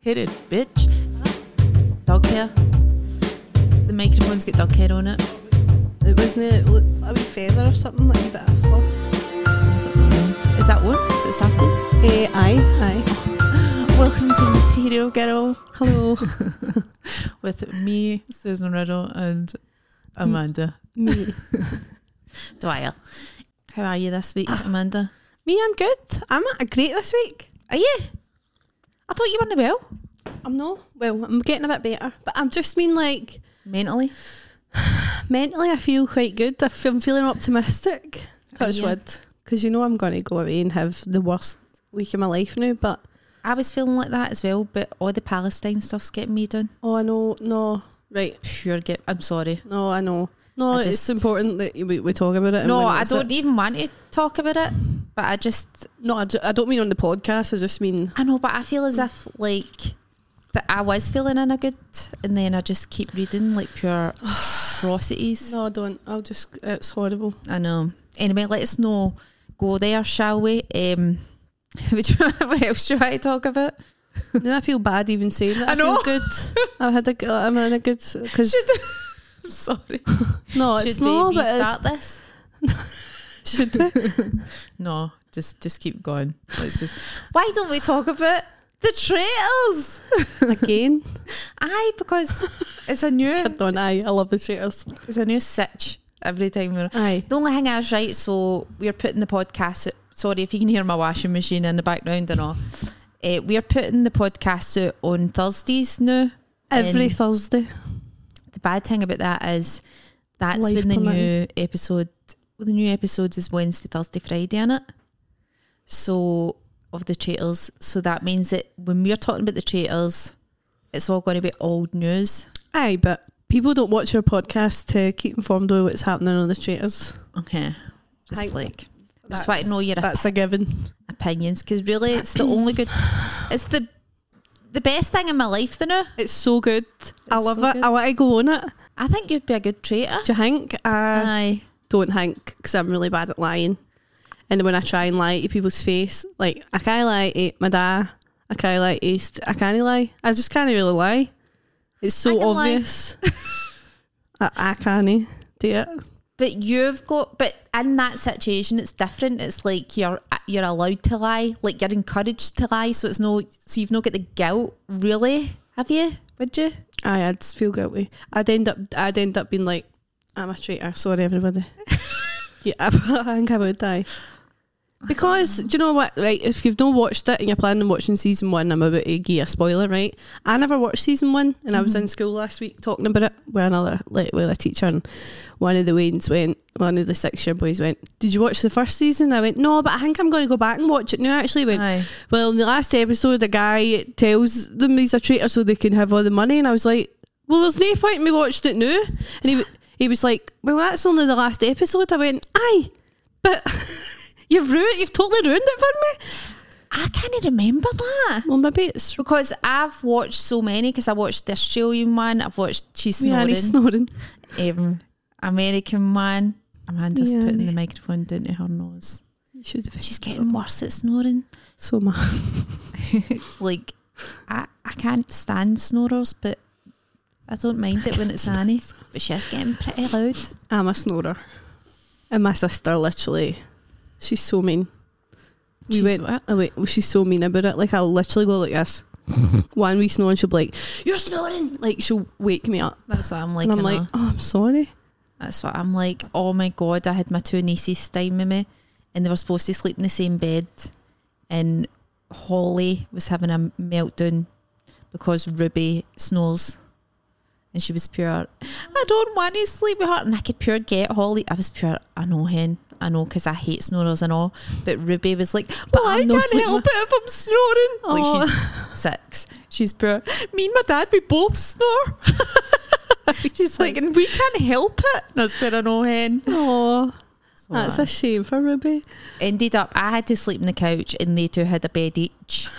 Hit it, bitch. Dog hair. The microphone's got dog hair on it. It wasn't it look, a wee feather or something, like a bit of fluff. Is it on? Is that one? Has it started? Eh, aye, aye. Welcome to Material Girl Hello, with me, Susan Riddle, and Amanda me. Dwyer. How are you this week, Amanda? Me, I'm good. I'm at a great this week. Are you? I thought you weren't well. I'm no. Well, I'm getting a bit better, but I'm just mean like Mentally? mentally, I feel quite good. I feel, I'm feeling optimistic. Touch you? wood, because you know I'm going to go away and have the worst week of my life now. But I was feeling like that as well, but all the Palestine stuff's getting me down. oh, I know, no, right, Sure, get. I'm sorry. no, I know, no. I it's just- important that we, we talk about it. and No, we I notice don't It. even want to talk about it, but I just, No, I, ju- I don't mean on the podcast. I just mean I know, but I feel as if like that I was feeling in a good, and then I just keep reading like pure atrocities. No, I don't. I'll just. It's horrible. I know. Anyway, let's no go there, shall we? Um, would you, what else do you want to talk about? No, I feel bad even saying that. I I, know. feel good. I've had a. g- uh, I'm in a good because I'm sorry. no, Should it's we not. But restart this? it's, should we? No, just just keep going. Let's just. Why don't we talk about the traitors? again? Aye, because it's a new I don't. I. I love the traitors. it's a new sitch every time we're Aye. The only thing is, right, so we're putting the podcast. Sorry if you can hear my washing machine in the background and all. Uh, we're putting the podcast out on Thursdays now. Every In- Thursday. The bad thing about that is that's Life when the new permitting. episode, well, the new episodes is Wednesday, Thursday, Friday, in it. So of the traitors, so that means that when we're talking about the traitors, it's all going to be old news. Aye, but people don't watch your podcast to keep informed of what's happening on the traitors. Okay, just Like, like That's why I know you're a- That's a given. opinions because really it's the only good it's the the best thing in my life though now. It's so good. I It's love so it. good. I want to go on it. I think you'd be a good traitor. Do you think? Uh, I Aye. don't think because I'm really bad at lying. And when I try and lie to people's face, like I can't lie to my dad, I can't lie to st- I can't lie. I just can't really lie. It's I so can lie. obvious. I, I can't do it. But you've got but in that situation it's different. It's like you're you're allowed to lie, like you're encouraged to lie, so it's no so you've not got the guilt really, have you? Would you? Aye, I'd just feel guilty. I'd end up. I'd end up being like, I'm a traitor. Sorry, everybody. yeah, I, think I would die. Because do you know what? Right, if you've not watched it and you're planning on watching season one, I'm about to give you a spoiler. Right, I never watched season one, and I was in school last week talking about it with another like with a teacher, and one of the Waynes went, one of the six year boys went, "Did you watch the first season?" I went, "No, but I think I'm going to go back and watch it now." Actually, He went, Aye. well, in the last episode, the guy tells them he's a traitor so they can have all the money, and I was like, "Well, there's no point in me watching it now." And he he was like, "Well, that's only the last episode." I went, "Aye, but you've ruined, you've totally ruined it for me." I can't remember that. Well, maybe it's Because I've watched so many, because I watched the Australian one, I've watched She's yeah, Snoring, and he's snoring. um, American one. Amanda's Yeah, putting and the microphone down to her nose. You should have. She's getting worse at snoring. so mad. like, I, I can't stand snorers, but I don't mind it when it's Annie. But she's getting pretty loud. I'm a snorer, and my sister literally, she's so mean. We She's went. what? I went. Well, she's so mean about it. Like I'll literally go like this. One wee snore and she'll be like, "You're snoring!" Like she'll wake me up. That's what I'm like. and I'm you like, know. oh, I'm sorry. That's what I'm like. Oh my god, I had my two nieces staying with me, and they were supposed to sleep in the same bed. And Holly was having a meltdown because Ruby snores, and she was pure. I don't want to sleep with her, and I could pure get Holly. I was pure. I know hen. I know because I hate snorers and all. But Ruby was like, but Well, I I'm not can't sleeping help it if I'm snoring. Like she's six. She's pure. Me and my dad, we both snore. She's like, and we can't help it. That's where I know hen. Oh, So that's I a shame for Ruby. ended up. I had to sleep on the couch, and they two had a bed each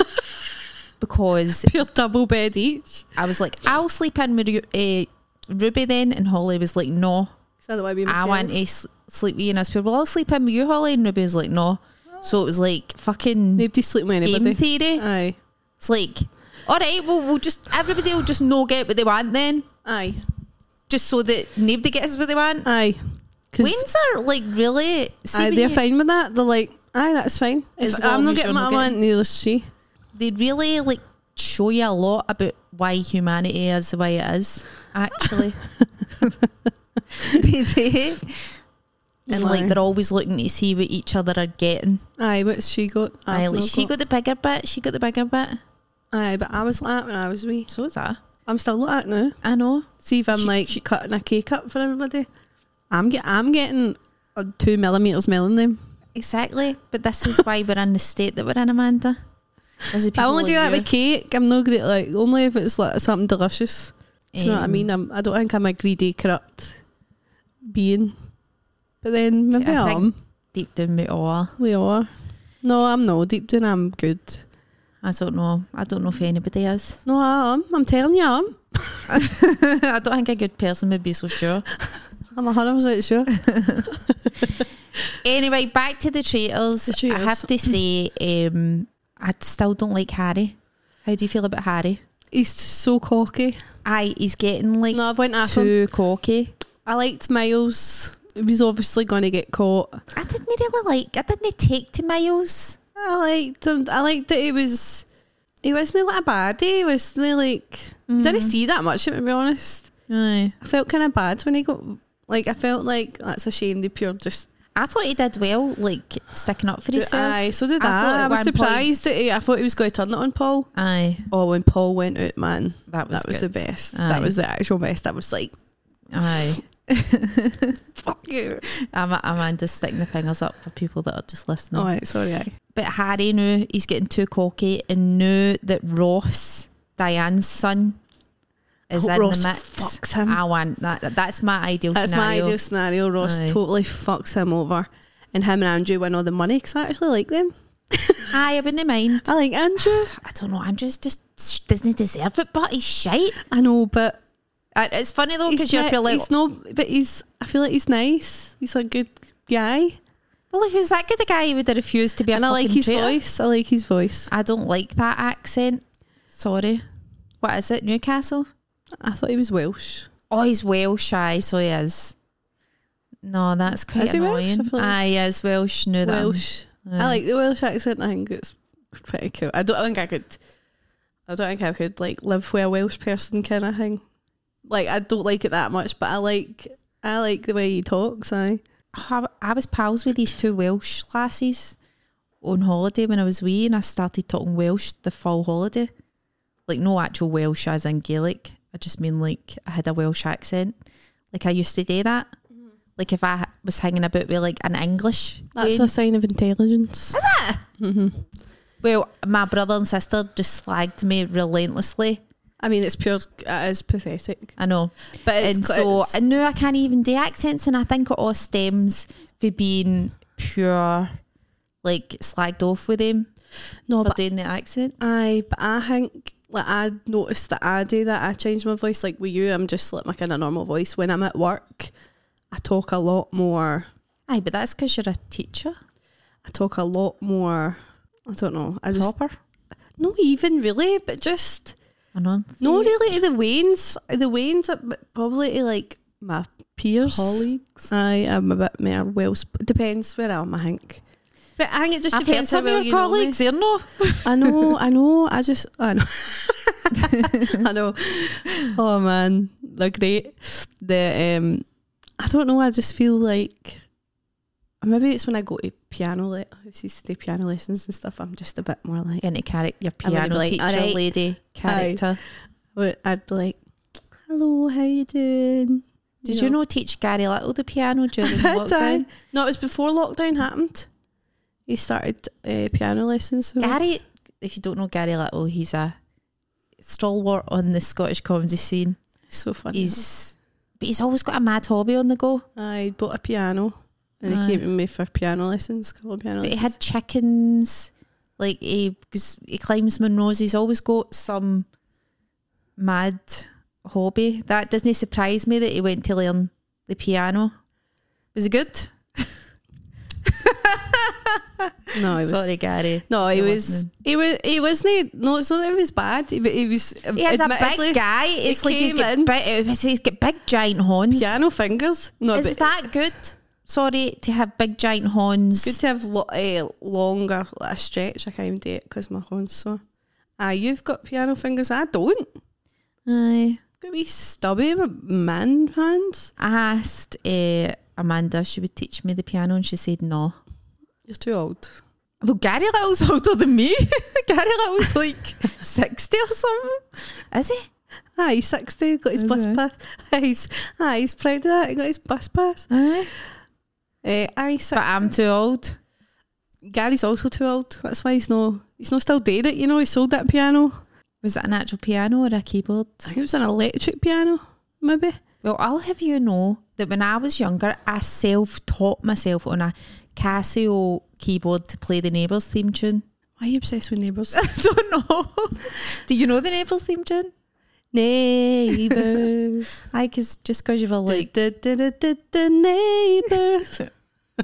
because Pure double bed each. I was like, I'll sleep in with uh, Ruby then, and Holly was like, No, 'Cause I don't want to be I myself. want to s- sleep with you. And I was like, Well, I'll sleep in with you, Holly, and Ruby was like, No. So it was like fucking Nobody's sleeping with game anybody. theory. Aye. It's like All right, well, we'll just everybody will just no get what they want then, Aye, just so that nobody gets what they want. aye. 'Cause Wayne's are like really. See aye, when they're you- fine with that. They're like, aye, that's fine. As If long I'm not as you're getting what I not want, getting- neither is she. they really like show you a lot about why humanity is the way it is. Actually, they do. And like Aye. they're always looking to see what each other are getting. Aye, what's she got? I've Aye, like, not she got the bigger bit. She got the bigger bit. Aye, but I was like that when I was wee. So is that. I'm still like that now. I know. See if I'm She- like cutting a cake up for everybody. I'm get I'm getting uh, two millimeters melon them. Exactly. But this is why we're in the state that we're in, Amanda. There's the I people only do like that you. with cake. I'm no great like only if it's like something delicious. Do you know what I Um, mean? I'm, I don't think I'm a greedy, corrupt being. But then maybe Yeah, I I think- am. Deep down we all. We are. No, I'm not. Deep down, I'm good. I don't know. I don't know if anybody is. No, I am. I'm telling you, I am. I don't think a good person would be so sure. I'm 100% sure. Anyway, back to the traitors. The traitors. I have to say, um, I still don't like Harry. How do you feel about Harry? He's so cocky. Aye, he's getting like No, I've went after him. too cocky. I liked Miles. He was obviously going to get caught. I didn't really like. I didn't take to Miles. I liked him. I liked that he was. He wasn't like a baddie. He wasn't like. Didn't see that much, of it, to be honest. Mm. Aye. I felt kind of bad when he got. Like, I felt like that's a shame. They pure just. I thought he did well, like sticking up for himself. Aye, so did I I. thought at I, was one surprised that he. I thought he was going to turn it on Paul. Aye, Oh, when Paul went out, man. that was that was good. the best. Aye. That was the actual best. I was like, Aye. fuck you. I'm, I'm just sticking the fingers up for people that are just listening. All right, sorry. Aye. But Harry knew he's getting too cocky and knew that Ross, Diane's son, is Hope in Ross the mix. fucks him. I want that. That's my ideal That's scenario. my ideal scenario. Ross Aye. totally fucks him over, and him and Andrew win all the money because I actually like them. Aye, I wouldn't mind. I like Andrew. I don't know. Andrew's just sh- doesn't deserve it, but he's shite. I know, but I- It's funny though he's because you're not- pure like, he's not. But he's. I feel like he's nice. He's a good guy, well, if he was that good a guy, he would have refused to be a and I like fucking his traitor. voice. I like his voice. I don't like that accent. Sorry. What is it? Newcastle? I thought he was Welsh. Oh, he's Welsh, aye, so he is. No, that's quite Is he Welsh? I annoying. feel like- aye, he is Welsh. Knew that. Welsh. Aye. I like the Welsh accent. I think it's pretty cool. I don't think I could. I don't think I could like live with a Welsh person kind of thing. Like I don't like it that much, but I like I like the way he talks. I I, I was pals with these two Welsh lasses on holiday when I was wee, and I started talking Welsh the full holiday. Like, no actual Welsh as in Gaelic. I just mean, like, I had a Welsh accent. Like, I used to do that. Mm-hmm. Like, if I was hanging about with, like, an English. that's Wayne- a sign of intelligence. well, my brother and sister just slagged me relentlessly. I mean, it's pure. It is pathetic, I know. but it's and cl- so it's- I know I can't even do accents, and I think it all stems for being pure, like slagged off with him no, for but doing the accent. I but I think like I noticed that I do that. I change my voice. Like with you, I'm just like my kind of normal voice. When I'm at work, I talk a lot more. Aye, but that's because you're a teacher. I talk a lot more. I don't know. I just Proper. not even really, but just I know. no really to the Waynes, the Waynes, uh, but probably to like my peers. Colleagues. I am a bit more well. Sp- depends where I am, I think. But I think it just I've heard depends how some well of you your colleagues here, no? Know me. I know, I know. I just, I know. I know. Oh man, they're great. The um, I don't know. I just feel like maybe it's when I go to piano le- houses to do piano lessons and stuff. I'm just a bit more like. Getting a character, your I'm gonna be piano like, teacher, "Alright, lady, character. But I'd be like, "Hello, how you doing?" Did you, know teach Gary Little the piano during Did I? lockdown? No, it was before lockdown happened. He started uh, piano lessons. with me. Gary, if you don't know Gary Little, he's a stalwart on the Scottish comedy scene. so funny. He's but he's always got a mad hobby on the go. I bought a piano, and Aye. he came to me for piano lessons. Couple of piano But he lessons. had chickens. Like he, 'cause he climbs Monroe's. He's always got some mad hobby. That doesn't surprise me that he went to learn the piano. Was it good? No, he was. Sorry, Gary. No, he You're was. He was. He wasn't. No, it's not that he was bad. He, he was. um, He has a admittedly, big guy. It's like he's came got, in. big, he's got big giant horns. piano fingers. No, Is but that good? Sorry to have big giant horns. good to have lo- a longer like a stretch. I can't even do it because my horns sore. Ah, you've got piano fingers. I don't. Aye. Got wee stubby with man hands. I asked uh, Amanda if she would teach me the piano, and she said no. You're too old. Well, Gary Little's older than me. Gary Little's like sixty or something. Is he? Ah, he's sixty. Got his Is bus he? pass. Ah, he's ah, he's proud of that. He got his bus pass. Aye. Uh, ah, he's But I'm too old. Gary's also too old. That's why he's no. He's not still doing it. You know, he sold that piano. Was it an actual er piano or a keyboard? I think it was an electric piano, maybe. Well, I'll have you know that when I was younger, I self taught myself on a Casio keyboard to play the Neighbours theme tune. Why are you obsessed with neighbours? I don't know. Do you know the Neighbours theme tune? neighbours, I cause just because you were like, da, da, da, da, da, neighbours. I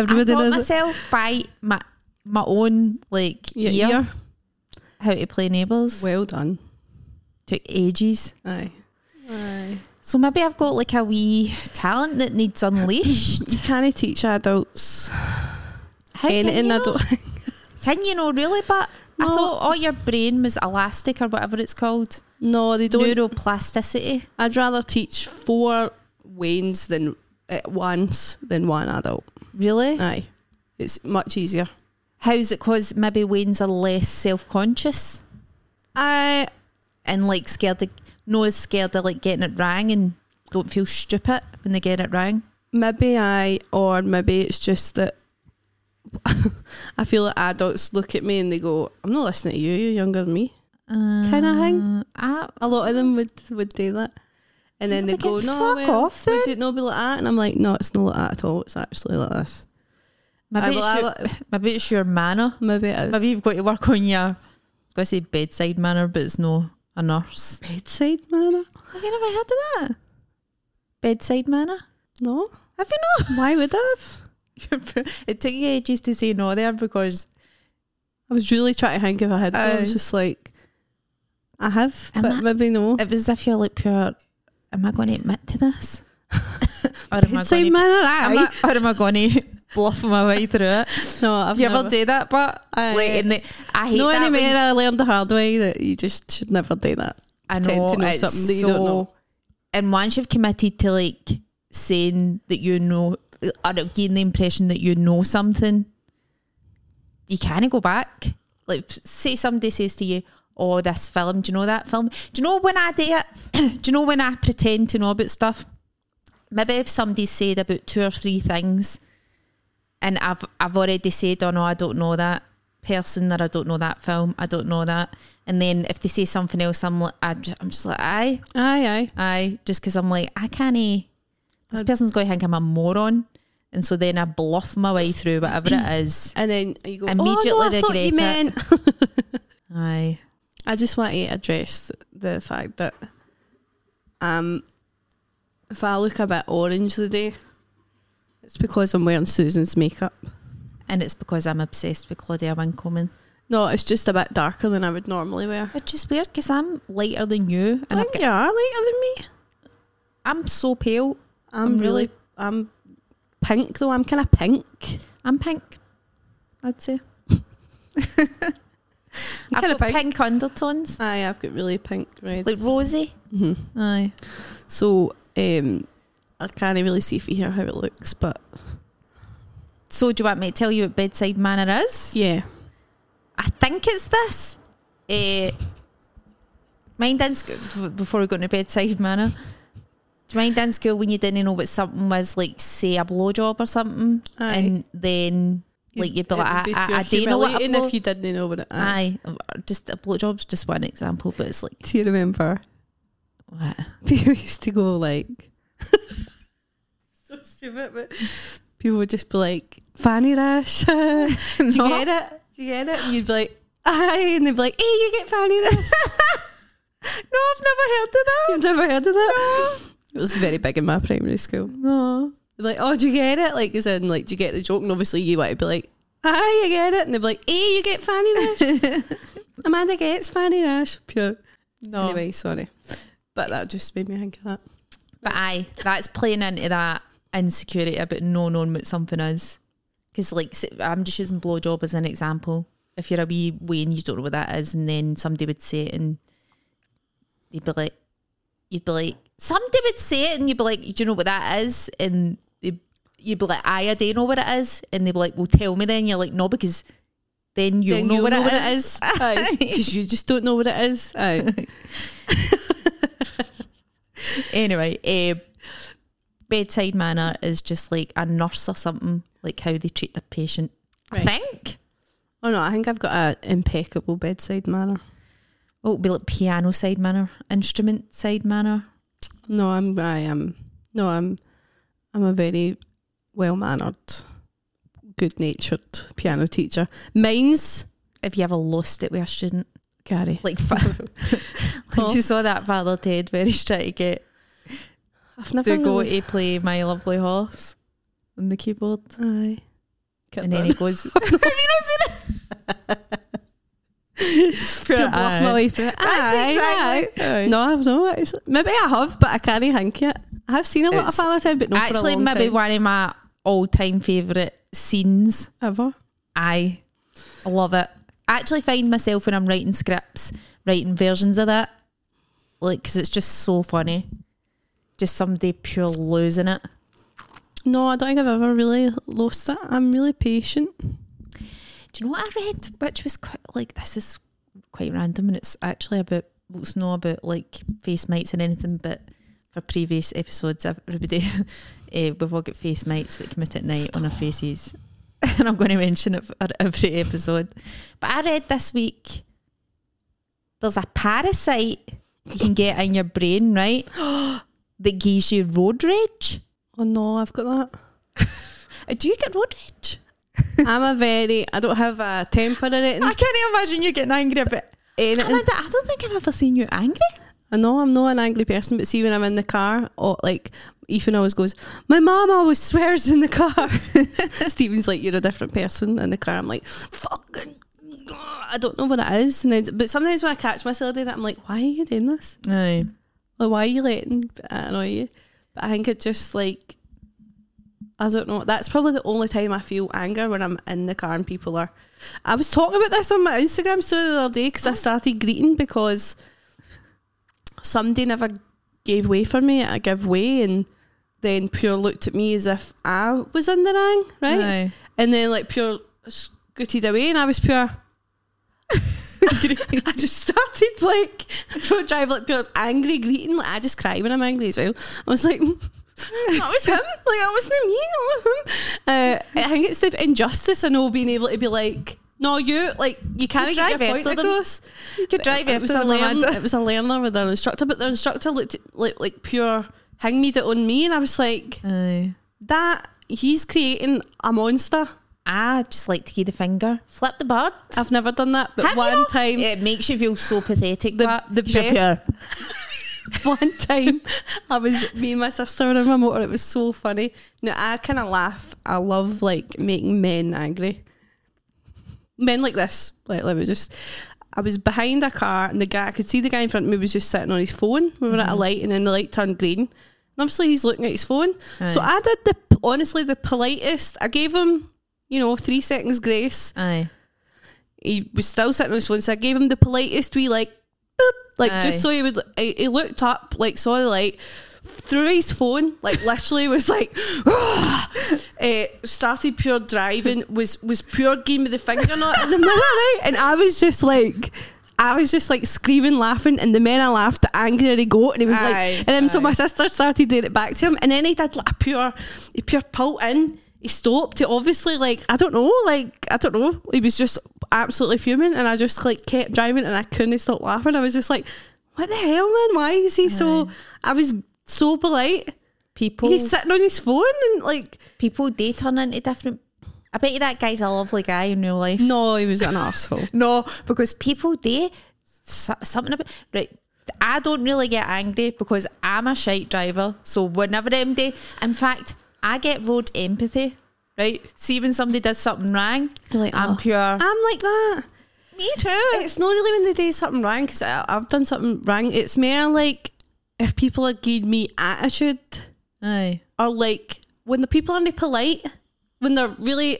Everybody taught knows it. myself by my my own like Your ear, ear. how to play Neighbours. Well done. Took ages. Aye. Aye. So maybe I've got like a wee talent that needs unleashed. You can't teach adults How anything. can you, I know? don't. can you know really? But I No. thought all your brain was elastic or whatever it's called. No, they don't. Neuroplasticity. I'd rather teach four wains than at once than one adult. Really? Aye. It's much easier. How's it cause maybe Wayne's are less self conscious I and like scared to no as scared of like getting it wrong and don't feel stupid when they get it wrong. maybe I or maybe it's just that I feel like adults look at me and they go, "I'm not listening to you. You're younger than me." Uh, Kinda thing. I, A lot of them would would do that, and then they Like, go, "No, fuck well, off Would it not be like that?" And I'm like, "No, it's not like that at all. It's actually like this. I maybe, will- it's I your, will- maybe it's your manner. maybe it is Maybe you've got to work on your I was gonna say bedside manner, but it's no a nurse. bedside manner. Have you never heard of that? Bedside manner? No, Have you not? why would I have? it took you ages to say no there because I was really trying to think if I had. though. I Aye. was just like, I have, Oh. Am but I- maybe no. it was as if you're like pure am I gonna admit to this? or am I Bedside gonna manner, am aye. I, or am I going to bluff my way through it? No, I've You never. ever do that? But Aye. like, in the, I hate no, that. anyway, when- I learned the hard way that you just should never do that. I pretend know, to know it's something that you don't so- know. And once you've committed to like saying that you know, or gain the impression that you know something, you can't go back. Like, say somebody says to you, "Oh, this film. Do you know that film? Do you know when I do it? do you know when I pretend to know about stuff? Maybe if somebody said about two or three things, and I've I've already said, "Oh no, I don't know that." person or I don't know that film I don't know that and then if they say something else I'm like I'm just, I'm just like aye Aye, aye. Aye, just because I'm like, I can't. eh, This I'd- person's going to think I'm a moron. And so then I bluff my way through whatever it is. And then you go Immediately oh, no, I thought regret you it." meant. Aye. I just want to address the fact that, um, if I look a bit orange today, it's because I'm wearing Susan's makeup. And it's because I'm obsessed with Claudia Winkleman. No, it's just a bit darker than I would normally wear. Which is weird because I'm lighter than you. And And I've got, you are lighter than me. I'm so pale. I'm, I'm really, really- I'm pink though. I'm kind of pink. I'm pink, I'd say. I'm I've kind got of pink. pink. undertones. Aye, I've got really pink red. Like rosy. Mhm. Aye. So um, I can't really see for here how it looks, but So do you want me to tell you what bedside manner is? yeah. I think it's this. Uh, mind in school before we go into bedside manner. Do you mind in school when you didn't know what something was, like say a blowjob or something, Aye. and then like you'd be like, I, I, I don't know what a even blow- if you didn't know what it. Aye. Aye, just a blowjob's just one example, but it's like Do you remember? what? People used to go like, so stupid, but people would just be like, "Fanny rash." Do you No. get it? Do you get it? And you'd be like, "Aye," and they'd be like, "Hey, you get fanny rash." No, I've never heard of that. You've never heard of that? It was very big in my primary school. No, They'd be like, "Oh, do you get it?" Like, as in, like, do you get the joke? And obviously, you want to be like, Hi, I get it. And they'd be like, hey, you get Fanny Nash. Amanda gets Fanny Nash. Pure. No. Anyway, sorry. But that just made me think of that. But aye, that's playing into that insecurity about no knowing what something is. Because, like, s- I'm just using blowjob as an example. If you're a wee wee and you don't know what that is, and then somebody would say it and they'd be like, you'd be like, somebody would say it and you'd be like, do you know what that is? And they, you'd be like, aye, I don't know what it is. And they'd be like, well, tell me then. You're like, no, because then you'll Then know, you'll what, know it is. Because you just don't know what it is. Aye. anyway, eh, bedside manner is just like a nurse or something, like how they treat the patient. Right. I think. Oh no, I think I've got an impeccable bedside manner. Oh, it'd be like piano side manner, instrument side manner. No, I'm. I am. No, I'm. I'm a very well mannered, good natured piano teacher. Mine's If you ever lost it with a student, Gary. like, fa- like you saw that Father Ted where he's trying to get I've never. to go really- to play My Lovely Horse on the keyboard, Aye. Get and then he that. goes, "Have you not seen it?" Couldn't bluff my way through it. Aye, exactly- aye. No, I've not. Actually. Maybe I have, but I can't think it. I have seen a lot It's- of Valentine, but not for a Actually, long maybe time. one of my all-time favorite scenes. ever. Aye. I love it. I actually find myself when I'm writing scripts, writing versions of that, like, because it's just so funny. Just somebody pure losing it. No, I don't think I've ever really lost it. I'm really patient. Do you know what I read? Which was quite, like, this is quite random and it's actually about, well, it's not about like face mites or anything, but for previous episodes, everybody, eh, we've all got face mites that come out at night on our faces. and I'm going to mention it for every episode. But I read this week there's a parasite you can get in your brain, right? that gives you road rage. Oh no, I've got that. Uh, Do you get road rage? I'm a very. I don't have a temper or anything. I can't imagine you getting angry about anything. Amanda, I don't think I've ever seen you angry. I know I'm not an angry person, but see when I'm in the car, or like Ethan always goes, "My mom always swears in the car." Stephen's like, "You're a different person in the car." I'm like, "Fucking, I don't know what it is." And then, but sometimes when I catch myself doing it, I'm like, "Why are you doing this? No. Like, why are you letting it annoy you?" But I think it just like, I don't know. That's probably the only time I feel anger when I'm in the car and people are. I was talking about this on my Instagram story the other day because I started greeting because somebody never gave way for me. I give way, and then Pure looked at me as if I was in the wrong, right? Aye. And then like Pure scooted away, and I was Pure. I just started like road drive like pure angry greeting. Like I just cry when I'm angry as well. I was like, that was him. Like that wasn't me. That was him. Uh, I think it's the injustice. I know being able to be like, no, you like you can't You get your drive point after them. across. You could drive it was after them, a learn, Amanda. It was a learner with an instructor, but the instructor looked at- like like pure hang me that on me, and I was like, Aye. that he's creating a monster. I just like to give the finger, flip the bird. I've never done that, but Have you one not? time it makes you feel so pathetic. The- but the Sure, best- one time I was me and my sister were in my motor. It was so funny. Now I kind of laugh. I love like making men angry. Men like this. Like let me just. I was behind a car and the guy I could see the guy in front of me was just sitting on his phone. We were at Mm-hmm. a light and then the light turned green. And obviously he's looking at his phone. So I did the honestly the politest. I gave him you know three seconds grace Aye. he was still sitting on his phone, so I gave him the politest wee like boop, like Aye. just so he would. He, he looked up, like saw the light, threw his phone, like literally was like, eh, started pure driving, was was pure game with the finger not in the mirror, right? And I was just like. I was just like screaming, laughing, and the men I laughed, the angrier he got, and he was Aye, like, and then so aye. my sister started doing it back to him, and then he did like a pure, a pure pull in. He stopped. He obviously like I don't know, like I don't know. He was just absolutely fuming, and I just like kept driving, and I couldn't stop laughing. I was just like, "What the hell, man? Why is he so?" I was so polite. People, He's sitting on his phone, and like, people, they turn into different. I bet you that guy's a lovely guy in real life. no, he was an asshole. No, because people they so- something about right. I don't really get angry because I'm a shite driver. So whenever I'm day, in fact, I get road empathy. right? See when somebody does something wrong, You're like, I'm "Oh." pure. I'm like that. me too. It's not really when they do something wrong because I've done something wrong. It's more like if people are giving me attitude Aye. or like when the people aren't polite, when they're really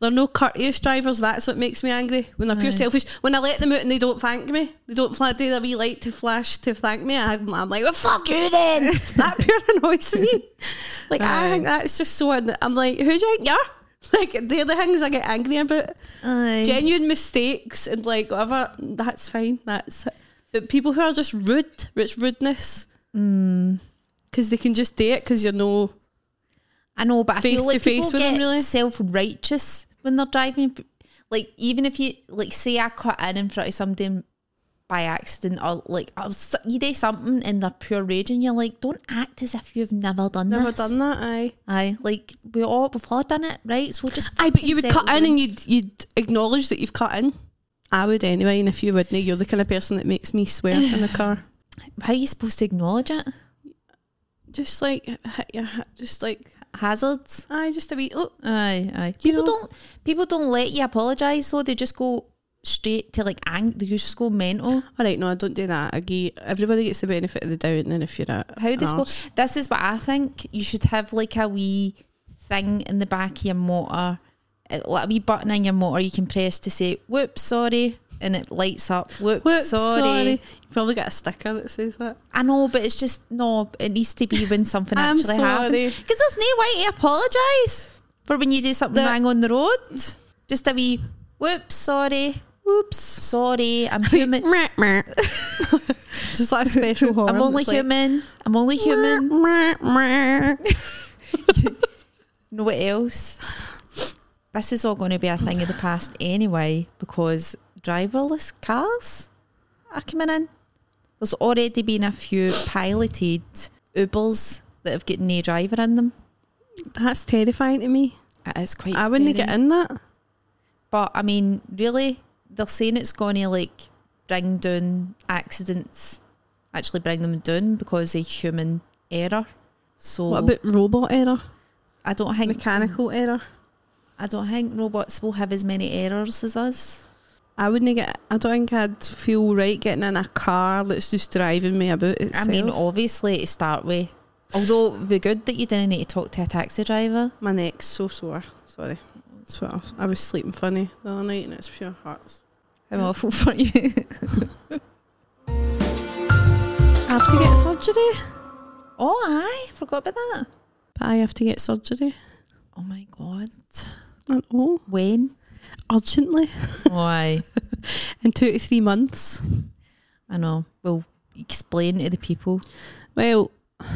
they're no courteous drivers. That's what makes me angry. When they're pure Aye. selfish. When I let them out and they don't thank me, they don't flat do their wee light to flash to thank me. I'm, I'm like, well, fuck you then. that pure annoys me. Like I Aye. think that's just so. anno- I'm like, who do you think you're? Like they're the things I get angry about Aye. genuine mistakes and like whatever that's fine that's but people who are just rude it's rudeness Mm. because they can just do it because you're no I know, but I Face feel like to face people with get them, really. self-righteous when they're driving. Like even if you like, say I cut in in front of somebody and- by accident, or like I'll, s- you do something and they're pure raging. You're like, don't act as if you've never done never this. done that aye Aye, like we all we've all done it, right? So just aye but you would fucking cut settle in down. and you'd you'd acknowledge that you've cut in I would anyway and if you wouldn't you're the kind of person that makes me swear in the car how are you supposed to acknowledge it? just like hit your ha- just like Hazards. aye just a wee oh Aye, aye. You People know- don't people don't let you apologise, so they just go straight to like ang. They just go mental. all right no I don't do that I give, everybody gets the benefit of the doubt and then if you're a How an this arse- works. This is what I think. You should have like a wee thing in the back of your motor, uh, like a wee button in your motor you can press to say "whoops, sorry," and it lights up. Whoops, Whoops, sorry. sorry. You probably get a sticker that says that. I know, but it's just no. It needs to be when something I'm actually sorry. happens. Because there's no way to apologise for when you do something There- wrong on the road. Just a wee "whoops, sorry." Whoops, sorry. I'm human. Just like a special horn. I'm only that's like, human. I'm only human. Aye, know what else? This is all going to be a thing of the past anyway because driverless cars are coming in. There's already been a few piloted Ubers that have got no driver in them. That's terrifying to me. It is quite. I wouldn't scary. get in that. But I mean, really, they're saying it's going to like bring down accidents, actually bring them down because of human error. So What about robot error? I don't think Mechanical error? I don't think robots will have as many errors as us. I wouldn't get. I don't think I'd feel right getting in a car that's just driving me about itself. I mean, obviously to start with. Although it'd be good that you didn't need to talk to a taxi driver. my neck's so sore. Sorry, that's what I was, I was sleeping funny the other night, and it's pure hearts. How awful for you. I have to get surgery. oh, aye, forgot about that. But I have to get surgery. Oh my god. And oh, When? urgently Oh, aye. in two to three months. I know. We'll explain to the people. Well,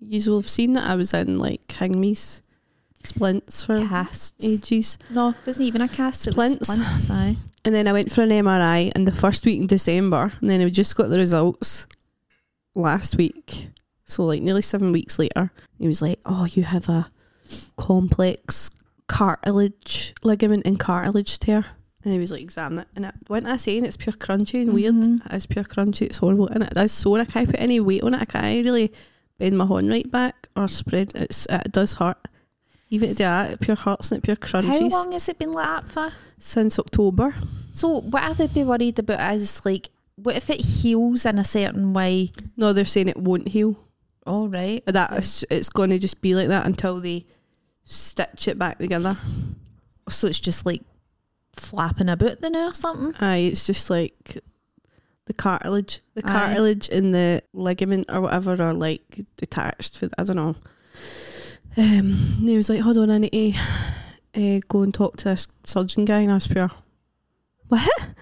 you will have seen that I was in like hangme's splints for Casts. ages, No, it wasn't even a cast. It was Splints. splints, aye. and then I went for an MRI in the first week in December, and then I just got the results last week. So like nearly seven weeks later, he was like, "Oh, you have a complex cartilage ligament and cartilage tear." And he was like, examine it. And it went I saying it's pure crunchy and weird. Mhm. It's pure crunchy, it's horrible. And it is sore. I can't put any weight on it. I can't really bend my horn right back or spread. It's, it does hurt. Even at that, it pure hurts and it pure How crunches long has it been like that for? since October. So what I would be worried about is like what if it heals in a certain way? No, they're saying it won't heal. All right. That is- it's going to just be like that until they stitch it back together. So it's just like flapping about the now or something? Aye, it's just like the cartilage, the Aye. cartilage and the ligament or whatever are like detached. For I don't know. Um, and he was like, "Hold on, I need to uh, go and talk to this surgeon guy." And I was pure, what?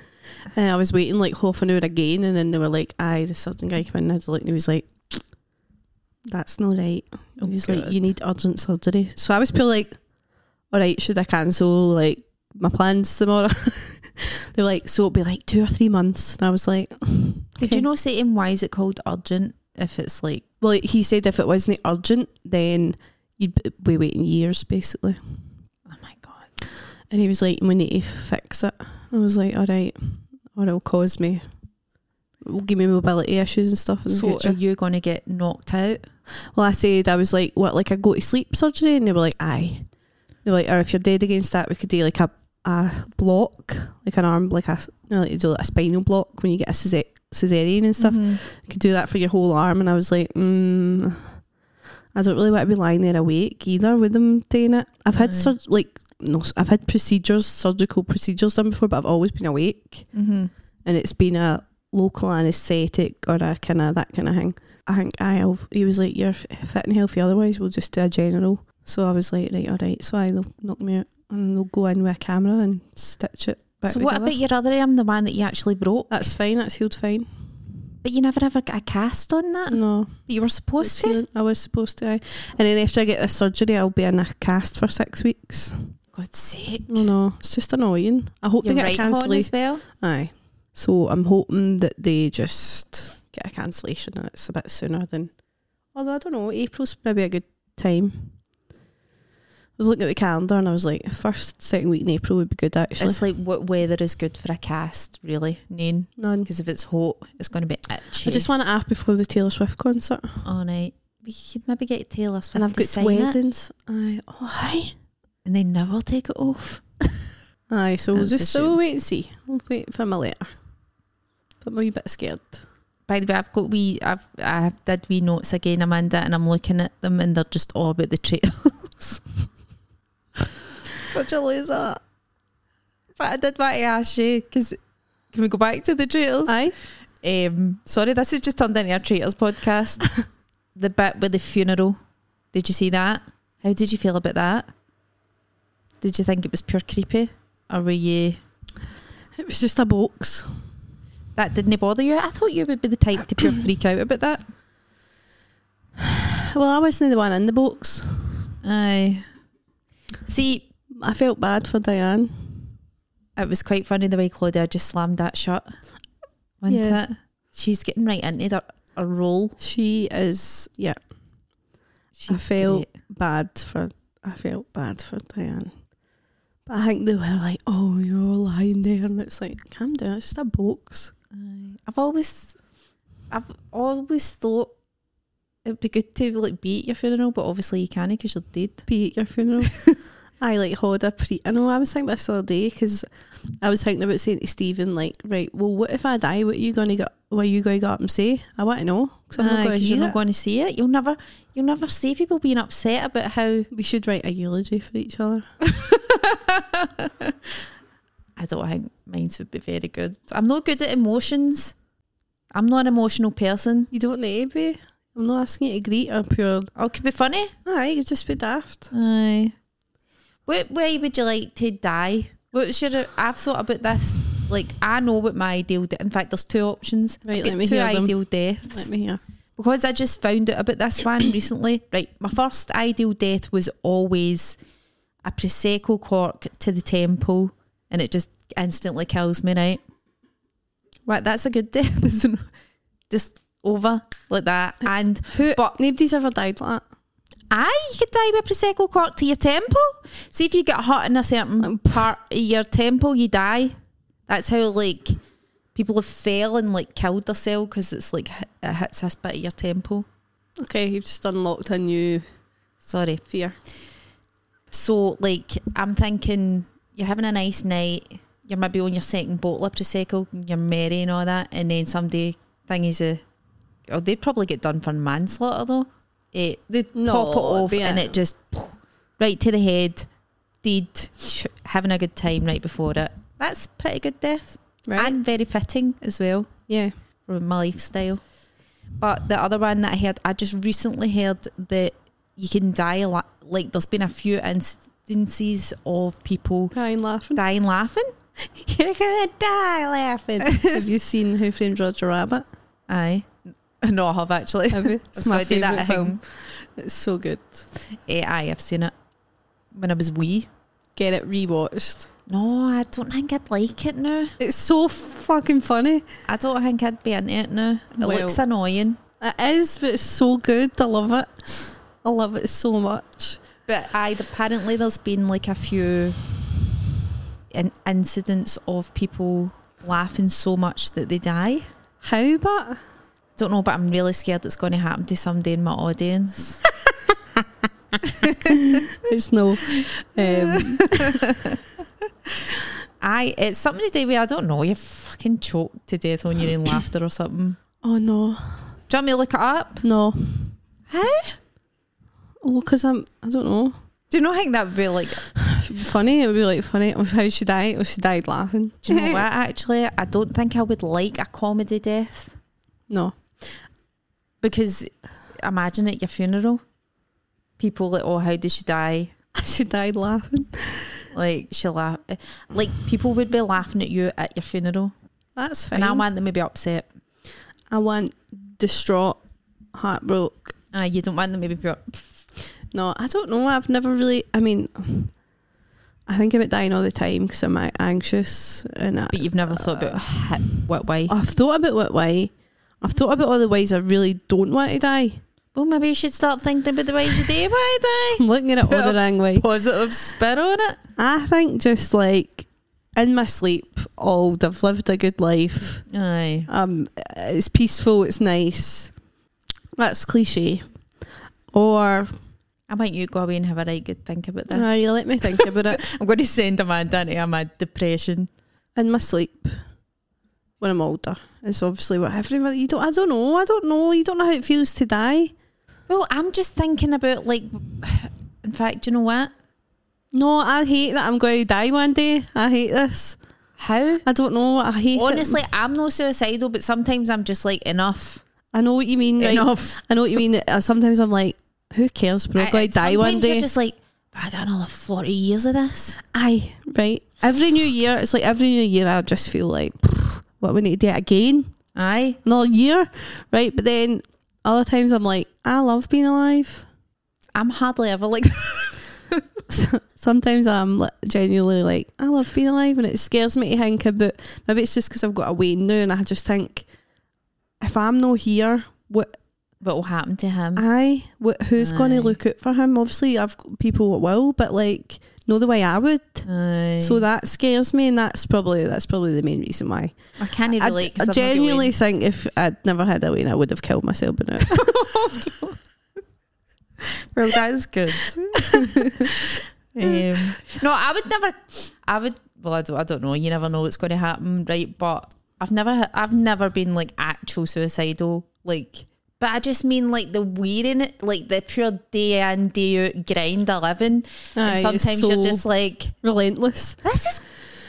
And I was waiting like half an hour again, and then they were like, "Aye, the surgeon guy came in." And I had a look, and he was like, "That's not right." Oh, he was like, God. "You need urgent surgery." So I was pure like, "All right, should I cancel like my plans tomorrow?" They're like, "So it'll be like two or three months," and I was like, Did Okay. you know say him why is it called urgent if it's like Well, he said if it wasn't urgent, then you'd b- be waiting years, basically. oh my god. And he was like, we need to fix it. I was like, all right, or it'll cause me, it'll give me mobility issues and stuff in the So are future. you gonna get knocked out? Well, I said I was like, what, like a go to sleep surgery? And they were like, aye. They were like, or if you're dead against that, we could do like a a block, like an arm, like a you know, like you do like a spinal block when you get a cese- cesarean and stuff. Mhm. You could do that for your whole arm. And I was like, mm, I don't really want to be lying there awake either with them doing it. I've had Aye. sur- like no, I've had procedures, surgical procedures done before, but I've always been awake Mhm. and it's been a local anaesthetic or a kind of that kind of thing. I think I have- he was like, "You're f- fit and healthy, otherwise we'll just do a general." So I was like, "Right, all right." So I they'll knock me out and they'll go in with a camera and stitch it back So together. what about your other arm, the one that you actually broke? that's fine. That's healed fine. But you never ever got a cast on that. But No, you were Mm. it's supposed to. healed. I was supposed to. aye. And then after I get this surgery, I'll be in a cast for six weeks. God's sake. No, no, it's just annoying. Mm. I hope Your they get right a horn cancellation. as well. Aye. So I'm hoping that they just get a cancellation and it's a bit sooner than. Although I don't know, April's maybe a good time. I was looking at the calendar and I was like, first, second week in April would be good actually. It's like what weather is good for a cast, really? None. None. Because if it's hot, it's going to be itchy. I just want it off before the Taylor Swift concert. all right. We could maybe get Taylor Swift and I've to got sign it, weddings. Aye. Oh, aye. and then now I'll take it off. Aye, so we'll That's a just so we'll shame. wait and see. We'll wait for my letter. But I'm a wee bit scared. By the way, I've got wee. I've I did wee notes again, Amanda, and I'm looking at them, and they're just all about the trails. Such a loser. But I did want to ask you because Can we go back to the trails? aye. Um, sorry, this has just turned into a traitors podcast. the bit with the funeral. Did you see that? How did you feel about that? Did you think it was pure creepy? Or were you. It was just a box. That didn't bother you? I thought you would be the type to pure freak out about that. Well, I wasn't the one in the box. Aye. See, I felt bad for Diane. it was quite funny the way Claudia just slammed that shut. Wasn't Yeah. it? She's getting right into the, a role. She is, yeah, She's felt- great. bad for. I felt bad for Diane. But I think they were like, "Oh, you're lying there," and it's like, "Calm down, it's just a box." Aye. I've always, I've always thought it'd be good to like be at your funeral, but obviously you can't because you're dead. Be at your funeral. I like had a pre. I know I was thinking this the other day because I was thinking about saying to Stephen, like, right, well, what if I die? What are you gonna go? What are you gonna go up and say? I want to know because I'm Aye, not gonna 'cause you're hear not it. going to see it. You'll never, you'll never see people being upset about how. We should write a eulogy for each other. I don't think mines would be very good. I'm not good at emotions. I'm not an emotional person. You don't need to be. I'm not asking you to greet or pure. Oh, it could be funny. Aye, you could just be daft. Aye. What way would you like to die? What was your? I've thought about this. Like I know what my ideal. De- in fact, there's two options. Right, I've got let me two hear them. ideal deaths. Let me hear. because I just found out about this one recently. Right, my first ideal death was always a prosecco cork to the temple, and it just instantly kills me. Right, right, that's a good death, isn't it? Just over like that, and Who? But- nobody's ever died like aye, you could die with a prosecco cork to your temple. See if you get hot in a certain part of your temple, you die. That's how like people have fell and like killed themselves because it's like h- it hits this bit of your temple. that. Okay, you've just unlocked a new Sorry. fear. So, like, I'm thinking you're having a nice night, you're maybe on your second bottle of Prosecco, you're merry and all that, and then somebody thing is a. Oh, they'd probably get done for manslaughter though. It, they'd No, pop it it'd off be and a- it just right to the head, deed, sh- having a good time right before it. That's pretty good death Right? and very fitting as well yeah. for my lifestyle. But the other one that I heard, I just recently heard that you can die a lot. Like there's been a few instances of people Crying, laughing. dying laughing. You're gonna die laughing. Have you seen Who Framed Roger Rabbit? Aye. No, I have actually. Have you? It's my favourite film. It's so good. Eh, aye, I've seen it when I was wee. Get it rewatched. No, I don't think I'd like it now. It's so fucking funny. I don't think I'd be into it now. It Well- looks annoying. It is, but it's so good. I love it. I love it so much. But I apparently there's been like a few in- incidents of people laughing so much that they die. How but Don't know, but I'm really scared it's going to happen to somebody in my audience. It's no. Um, I it's something to do with I don't know. You fucking choked to death when you're in laughter or something. oh no, Do you want me to look it up? no. Well, because I'm. I don't know. Do you not think that would be like? Funny. It would be like funny. Oh, How she died. Oh, she died laughing. Do you know what? Actually, I don't think I would like a comedy death No. because imagine at your funeral, people like, oh, how did she die? She died laughing. Like she laugh, eh, like people would be laughing at you at your funeral, That's and I want them to be upset. I want distraught, heartbroken. Uh, you don't want them to be No, I don't know. I've never really. I mean, I think about dying all the time because I'm uh, anxious and I, But you've never thought about how, what way? I've thought about what way. I've thought about all the ways I really don't want to die. Well, maybe you should start thinking about the ways you do eh? why die. I'm looking at it all the wrong way. Positive spin on it. I think just like in my sleep, old. I've lived a good life. Aye. Um, it's peaceful. It's nice. That's cliche. Or I might you go away and have a right good think about this. Ah, you let me think about it. I'm going to send Amanda into a mad depression. in my sleep when I'm older. It's obviously what everybody. You don't. I don't know. I don't know. You don't know how it feels to die. Well, I'm just thinking about like, in fact, do you know what? No, I hate that I'm going to die one day. I hate this. How? I don't know. I hate. it. Honestly, I'm no suicidal, but sometimes I'm just like enough, I know what you mean. Right? enough. I know what you mean. Uh, Sometimes I'm like, who cares? But I'm I- going to die one sometimes day. You're just like, I got another forty years of this. Aye, right. Every new year, it's like every new year, I just feel like, "Pfft, what we need to do it again Aye. another year, right? But then other times I'm like, I love being alive. I'm hardly ever like. sometimes I'm li- genuinely like, I love being alive, and it scares me to think about. Maybe it's just because I've got a way now, and I just think, if I'm not here, what what will happen to him? I, what, who's going Aye. to look out for him? Obviously, I've got people that will, but like, no, the way I would. Aye. So that scares me, and that's probably that's probably the main reason why. I can't I, relate. 'cause I I'm not genuinely going. think if I'd never had a win, I would have killed myself. But now, Well, that's good. um, no, I would never. I would. Well, I don't, I don't know. You never know what's going to happen, right? But I've never. I've never been like actual suicidal. Like, but I just mean like the wearing it, like the pure day in day out grind of living. and Aye, sometimes you're so- just like, relentless. this is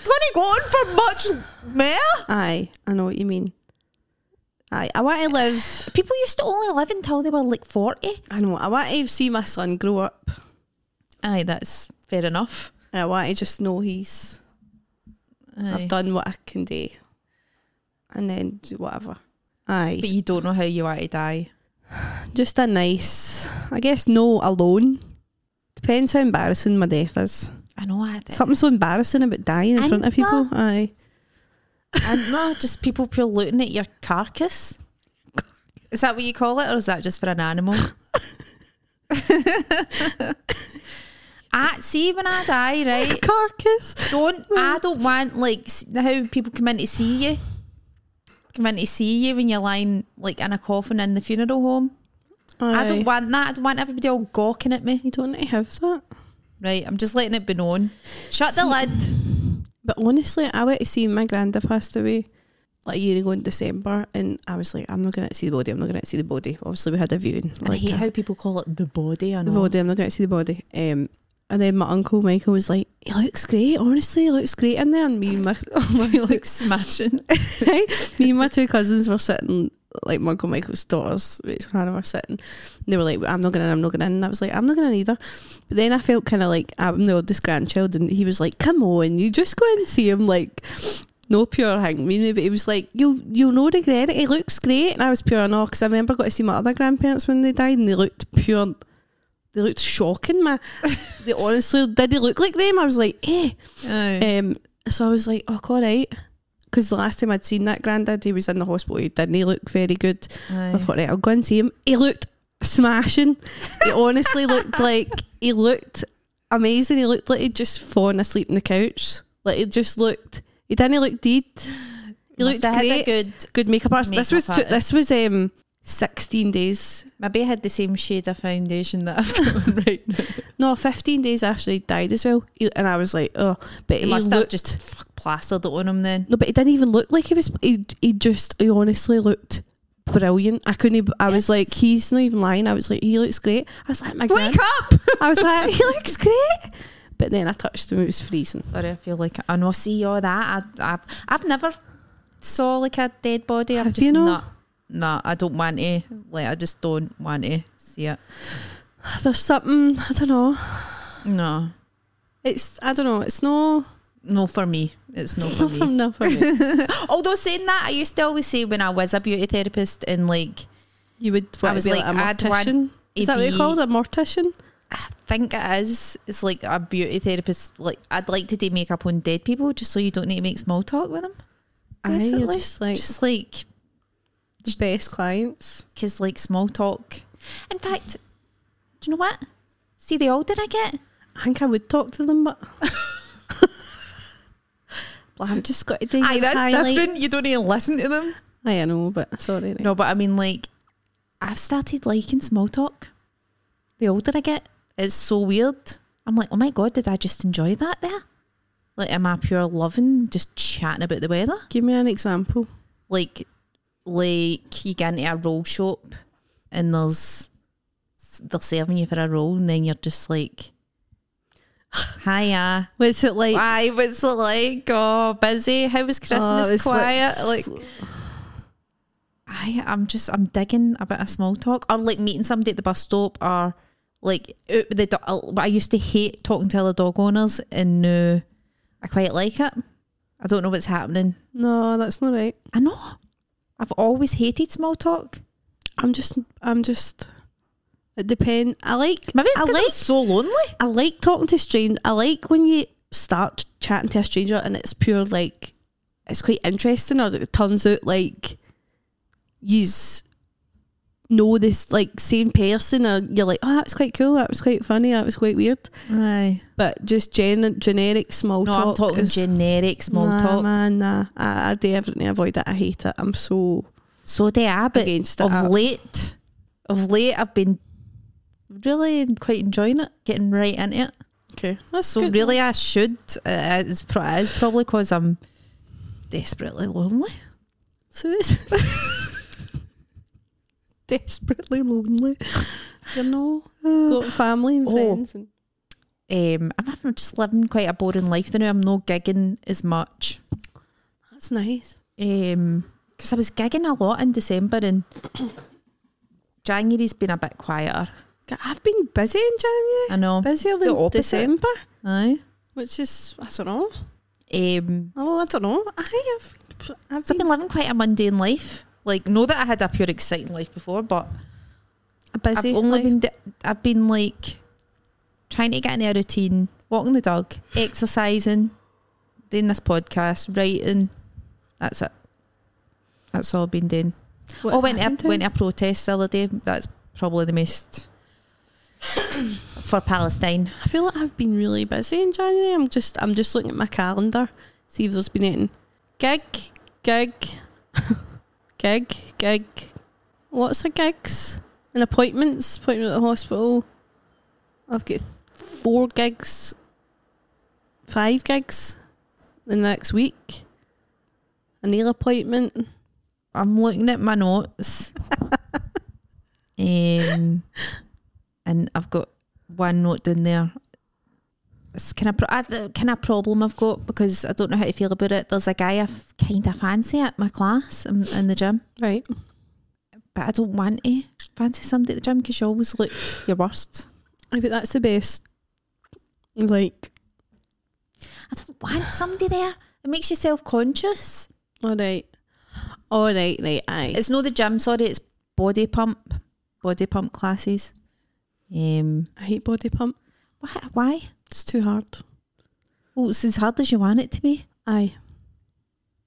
going to go on for much more. Aye, I know what you mean. Aye, I want to live. People used to only live until they were like forty. I know. I want to see my son grow up. Aye, that's fair enough. And I want to just know he's. Aye. I've done what I can do, and then do whatever. But Aye, you don't know how you want to die. just a nice. I guess no alone. Depends how embarrassing my death is. I know. I think. Something so embarrassing about dying in And front of people. that- Aye, And no, just people pure looting at your carcass. Is that what you call it, or is that just for an animal? I see when I die, right? carcass. Don't I don't want like s- how people come in to see you, come in to see you when you're lying like in a coffin in the funeral home. I Aye. don't want that. I don't want everybody all gawking at me. You don't need to have that. Right, I'm just letting it be known. Shut the See- lid. But honestly, I went to see my granda passed away like a year ago in December, and I was like, I'm not going to see the body. I'm not going to see the body. Obviously, we had a viewing. And I like, hate uh, how people call it the body. I the know. body. I'm not going to see the body. Um, and then my uncle Michael was like, "He looks great. Honestly, he looks great in there." And me and my, He looks smashing. right? me and my two cousins were sitting, like my uncle Michael's daughters, Rachel and Hannah, were sitting. And they were like, "I'm not going in. I'm not going in." And I was like, "I'm not going in either." But then I felt kind of like I'm the oldest grandchild, and he was like, "Come on, you just go and see him." Like. No pure hang meaning, but he was like, "You'll you'll no regret it. It looks great." And I was pure no because I remember got to see my other grandparents when they died, and they looked pure. They looked shocking. My, they honestly did. They look like them. I was like, "Eh." Aye. Um, so I was like, "Oh, all right," because the last time I'd seen that granddad, he was in the hospital. He didn't he look very good. I Aye. thought, right, I'll go and see him. He looked smashing. He honestly looked like he looked amazing. He looked like he'd just fallen asleep on the couch. Like he just looked. He didn't look dead. He Must looked have great. Had a good. Good makeup artist. this was Makeup t- this was um sixteen days. Maybe I had the same shade of foundation that I've got on right now. No, fifteen days after he died as well. He- and I was like, oh, but He, he, must have looked. just fuck plastered it on him then. no, but he didn't even look like he was. He, he just he honestly looked brilliant. I couldn't. e- I was Yes. like, he's not even lying. I was like, he looks great. I was like, my God. Wake up! I was like, he looks great. But then I touched him. It was freezing. Sorry, I feel like I know. See all that. I, I've I've never saw like a dead body. I've Have just you not? not. Nah, I don't want to. Like I just don't want to see it. There's something I don't know. No, It's I don't know. It's no. no for me. It's not it's for not me. from no for me. Although saying that, I used to always say when I was a beauty therapist and like You would. What, I was be like, like, a I'd want mortician. Is that what be- you called a mortician? I think it is. It's like a beauty therapist. Like I'd like to do makeup on dead people just so you don't need to make small talk with them. Aye, you're Basically, just like Just like the best clients. because like small talk. In fact, do you know what? See the older I get, I think I would talk to them, but. Well, I've just got to do. aye, your that's highlight. different. You don't even listen to them. Aye, I know, but sorry. right. No, but I mean, like, I've started liking small talk. The older I get, it's so weird. I'm like, oh my god, did I just enjoy that there? Like, am I pure loving just chatting about the weather? Give me an example. Like, like you get into a roll shop and there's they're serving you for a roll, and then you're just like, hiya. What's it like? I was like, oh, busy. How was Christmas? Oh, it's Quiet. Like, like- I, I'm just, I'm digging a bit of small talk, or like meeting somebody at the bus stop, or like out with the. do- uh, I used to hate talking to other dog owners, and now I quite like it. I don't know what's happening. No, that's not right. I know. I've always hated small talk. I'm just. I'm just. It depends. I like. Maybe it's I because like I'm so lonely. I like talking to strangers. I like when you start chatting to a stranger and it's pure like it's quite interesting, or it turns out like you know this like same person, or you're like, oh, that was quite cool, that was quite funny, that was quite weird. Aye. But just gen- generic small No, talk. I'm talking is- generic small nah, talk. man, nah. I, I do everything. I avoid it. I hate it. I'm so So do I, but against it. of I- late, of late, I've been really quite enjoying it, getting right into it. okay, that's So good. really, I should. Uh, it's, pro- it's probably because I'm desperately lonely. So this- desperately lonely. You know, got family and Oh. friends. And Um, I'm having just living quite a boring life now. I'm no gigging as much. that's nice. Um 'cause because I was gigging a lot in December and January's been a bit quieter. I've been busy in January, I know. busier The than opposite. December, Aye. which is I don't know. Um, Oh, well, I don't know. I have. I've so I've been been living quite a mundane life. Like, know that I had a pure exciting life before, but a busy. I've only life. been di- I've been like trying to get in a routine, walking the dog, exercising, doing this podcast, writing. That's it. That's all I've been doing. What oh, have went I been to, a, went to a protest the other day. That's probably the most for Palestine. I feel like I've been really busy in January. I'm just I'm just looking at my calendar, see if there's been anything. Gig, gig, gig, gig. Lots of gigs and appointments. Appointment at the hospital. I've got four gigs, five gigs in the next week. A nail appointment. I'm looking at my notes. um, and I've got one note down there. It's kind of pro- I, the kind of problem I've got because I don't know how to feel about it. There's a guy I f- kind of fancy at my class in, in the gym, Right. but I don't want to fancy somebody at the gym because you always look your worst. I bet that's the best. Like, I don't want somebody there. It makes you self conscious. all right, all right, right, aye. It's not the gym, sorry. It's body pump, body pump classes. Um, I hate body pump. why? Why? It's too hard. Well, Oh, it's as hard as you want it to be. Aye.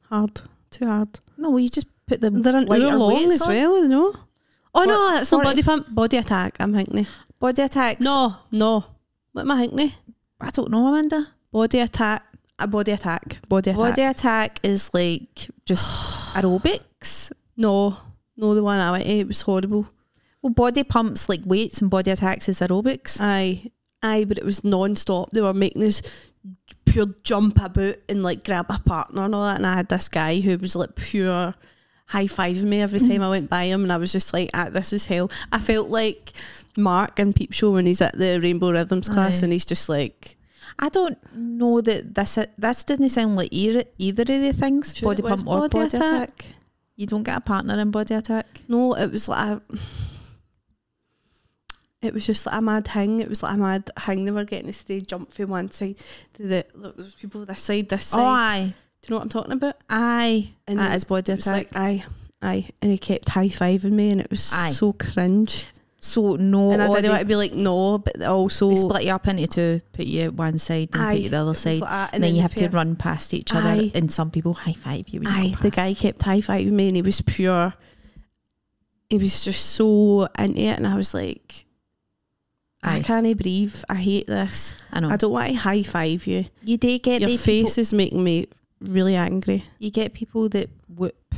Hard. Too hard. No, well, you just put them. They're an lighter hour long weights as on. well, you know. Oh no, that's not Sorry. body pump. Body attack, I'm thinking. Body attacks. No, no. What am I thinking? I don't know, Amanda. Body attack. a body attack. Body attack. Body attack is like just aerobics. no, no, the one I went to, it was horrible. Well, body pumps like weights and body attacks is Uh. aerobics. Aye, aye, but it was non-stop. They were making this pure jump about and like grab a partner and all that. And I had this guy who was like pure high five me every time I went by him, and I was just like, ah, this is hell. I felt like Mark in Peep Show when he's at the Rainbow Rhythms class, Aye. and he's just like, I don't know that this this doesn't sound like either, either of the things Sure body it was pump or body body attack. attack? Oh, You don't get a partner in body attack. no, it was like. A, it was just like a mad hang. It was like a mad hang. They were getting us to jump from one side to the look. There's people this side, this Oh, side. aye, Do you know what I'm talking about? aye, And that it is body It was attack. like aye, aye, and he kept high fiving me, and it was Aye. so cringe. so no, and I or didn't they, want to be like no, but also they split you up into two, put you at one side and aye, put you at the it other was side, like that, and then, you the have to pair- run past each other. Aye. And some people high five you. When you Aye, go the past. guy kept high fiving me, and he was pure. He was just so into it, and I was like, I Aye. can't breathe. I hate this. I know. I don't want to high five you. you do get Your the face people- is making me really angry. you get people that whoop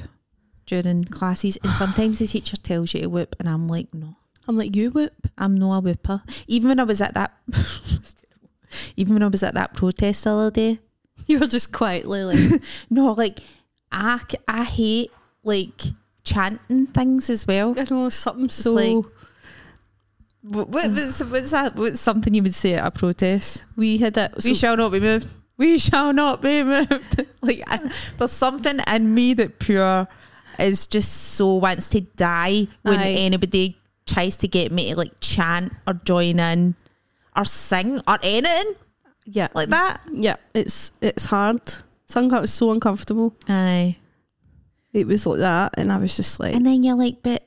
during classes, and sometimes the teacher tells you to whoop, and I'm like, no, I'm like, you whoop. I'm no a whooper. Even when I was at that, even when I was at that protest the other day, You were just quietly like, no, like I, c- I hate like chanting things as well. I don't know, something It's so. like- What, what, what's, what's that? What's something you would say at a protest? we had that. we so- shall not be moved. We shall not be moved. like I, there's something in me that pure is just so wants to die when Aye. anybody tries to get me to like chant or join in or sing or anything yeah, like that. yeah, it's it's hard. Suncut was so uncomfortable. Aye. It was like that, and I was just like, And then you're like, but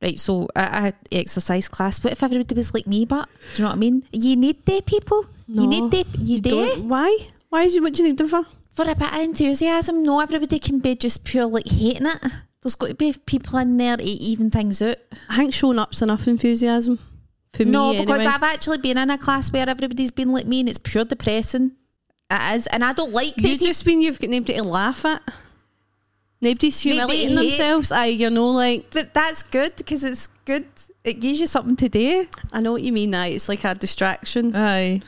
right, so I, I had exercise class. What if everybody was like me? But do you know what I mean? You need the people. No, you need the you, do don't, why? Why is you what do you need them for? for a bit of enthusiasm. No, everybody can be just pure like hating it. There's got to be people in there to even things out. I think showing up's enough enthusiasm for no, me. because anyway. I've actually been in a class where everybody's been like me, and it's pure depressing. It is, and I don't like you the just mean you've got nobody to laugh at. Nobody's humiliating hate- themselves. I, you know, like But that's good because it's good. It gives you something to do. I know what you mean. That it's like a distraction Aye.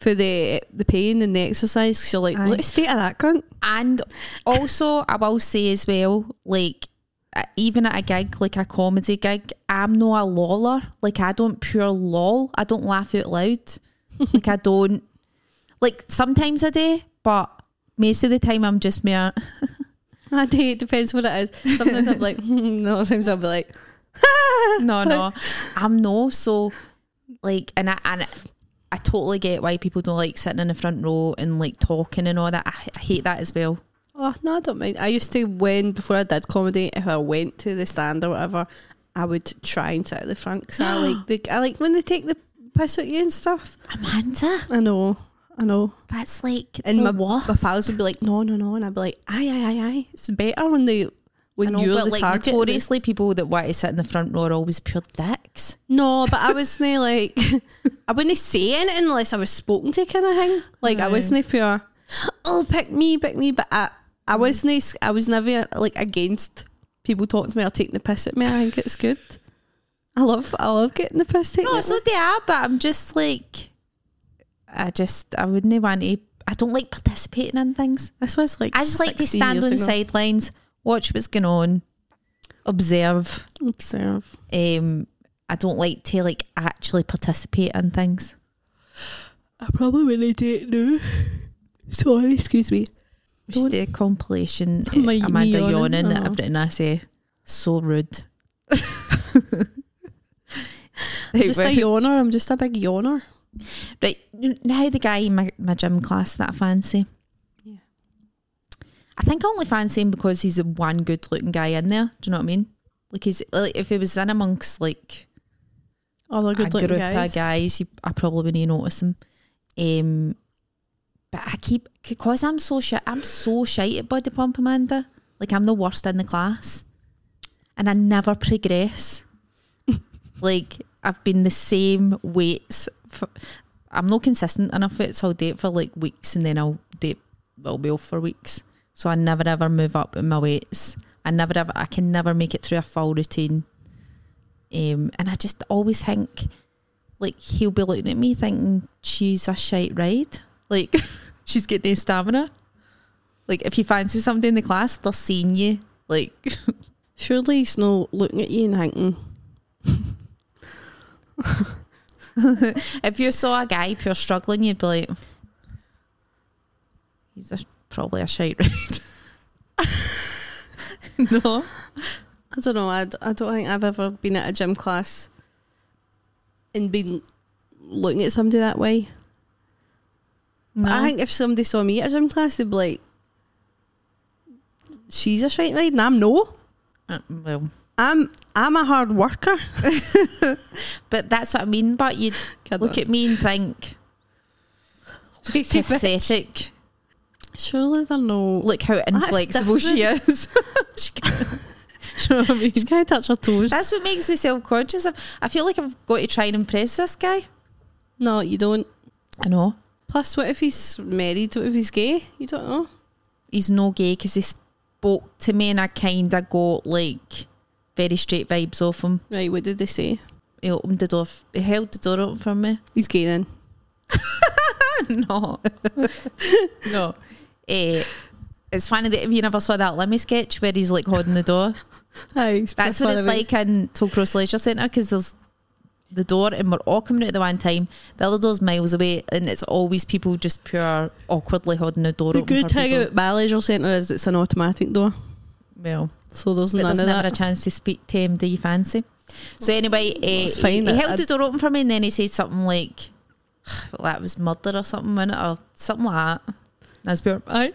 for the the pain and the exercise. Cause you're like, Aye. look at the state of that cunt. And also, I will say as well, like, uh, even at a gig, like a comedy gig, I'm not a loller. Like, I don't pure lol. I don't laugh out loud. Like, I don't. Like, sometimes I do, but most of the time I'm just uh, mere. I do. It depends what it is. Sometimes I'm like, hmm, no. Sometimes I'll be like, No, no. I'm no. So, like, and I, and I totally get why people don't like sitting in the front row and like talking and all that. I, I hate that as well. Oh no, I don't mind. I used to when before I did comedy, if I went to the stand or whatever, I would try and sit at the front because I like the I like when they take the piss at you and stuff. Amanda, I know, I know. Oh, that's like And the my, worst. my pals would be like, no, no, no, and I'd be like, aye, aye, aye, aye. It's better when they when I know, you're but the like target. notoriously, people that want to sit in the front row are always pure dicks. No, but I wasn't like I wouldn't say anything unless I was spoken to kind of thing. Like I Aye. wasn't pure. Oh, pick me, pick me. But I, I Mm. wasn't. I was never like against people talking to me or taking the piss at me. I think it's good. I love. I love getting the piss taken. No, at so they are, but I'm just like, I just I wouldn't want to. I don't like participating in things. me. this was like. I just like to 16 stand years on the ago. sidelines, watch what's going on, observe. Observe. Um, I don't like to like actually participate in things. I probably really don't know. Sorry, excuse me. We should do a compilation. uh, My- me Amanda yawning, yawning. aw. at Everything I say, so rude. I'm Right, just a we're- yawner. I'm just a big yawner. Right n- now, the guy in my, my gym class that I fancy. Yeah. I think I only fancy him because he's the one good looking guy in there. Do you know what I mean? Like he's like if he was in amongst like Other good a looking group guys. of guys, you, I probably wouldn't notice him. Um, but I keep because I'm so shit. I'm so shite at body pump, Amanda. Like I'm the worst in the class, and I never progress. like I've been the same weights. For, I'm not consistent enough. It's I'll do it for like weeks, and then I'll do it will be off for weeks. So I never ever move up in my weights. I never ever I can never make it through a full routine. Um, and I just always think like he'll be looking at me thinking she's a shite ride. Like she's getting no stamina. Like if you fancy somebody in the class, they're seeing you. Like Surely he's not looking at you and thinking, if you saw a guy pure struggling, you'd be like, he's a, probably a shite ride. no. I don't know. I, d- I don't think I've ever been at a gym class and been looking at somebody that way. But no. I think if somebody saw me at a gym class, they'd be like, "She's a shite ride," and I'm no. Uh, well, I'm I'm a hard worker. but that's what I mean. But you look at me and think, Lazy bitch. pathetic. Surely they're no. Look how inflexible she is. She can't- you know what I mean? She can't touch her toes. That's what makes me self conscious. I feel like I've got to try and impress this guy. no, you don't. I know. Plus, what if he's married? What if he's gay? You don't know. he's no gay because he spoke to me and I kind of got like very straight vibes off him. Right? What did they say? He opened the door, f- he held the door open for me. He's gay then. no, no. Eh, it's funny that if you never saw that Lemmy sketch where he's like holding the door. Aye, That's what it's like in Tollcross Leisure Centre because there's the door and we're all coming out at the one time. The other door's miles away and it's always people just pure awkwardly holding the door The open. good for thing people. about my leisure centre is it's an automatic door, well, so there's but none there's of never that. a chance to speak to him. Do you fancy? So anyway, eh, it's fine, he, he I- held I- the door open for me, and then he said something like, well, "That was murder or something, wasn't it? or something like that." And I was pure, aye.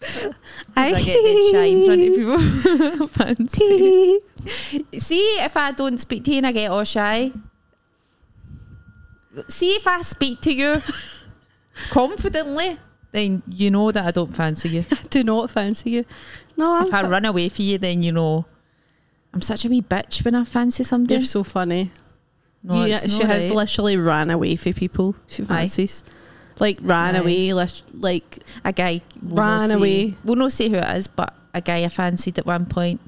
'Cause I get dead shy in front of people. Fancy. See if I don't speak to you and I get all shy. See if I speak to you confidently, then you know that I don't fancy you. I do not fancy you. No, I'm If I fa- run away from you, then you know I'm such a wee bitch when I fancy somebody. You're so funny. No, yeah, it's she not has right. literally ran away from people she fancies. Like ran Aye. away, lit- like a guy we'll Ran not say- away. We'll not say who it is, but a guy I fancied at one point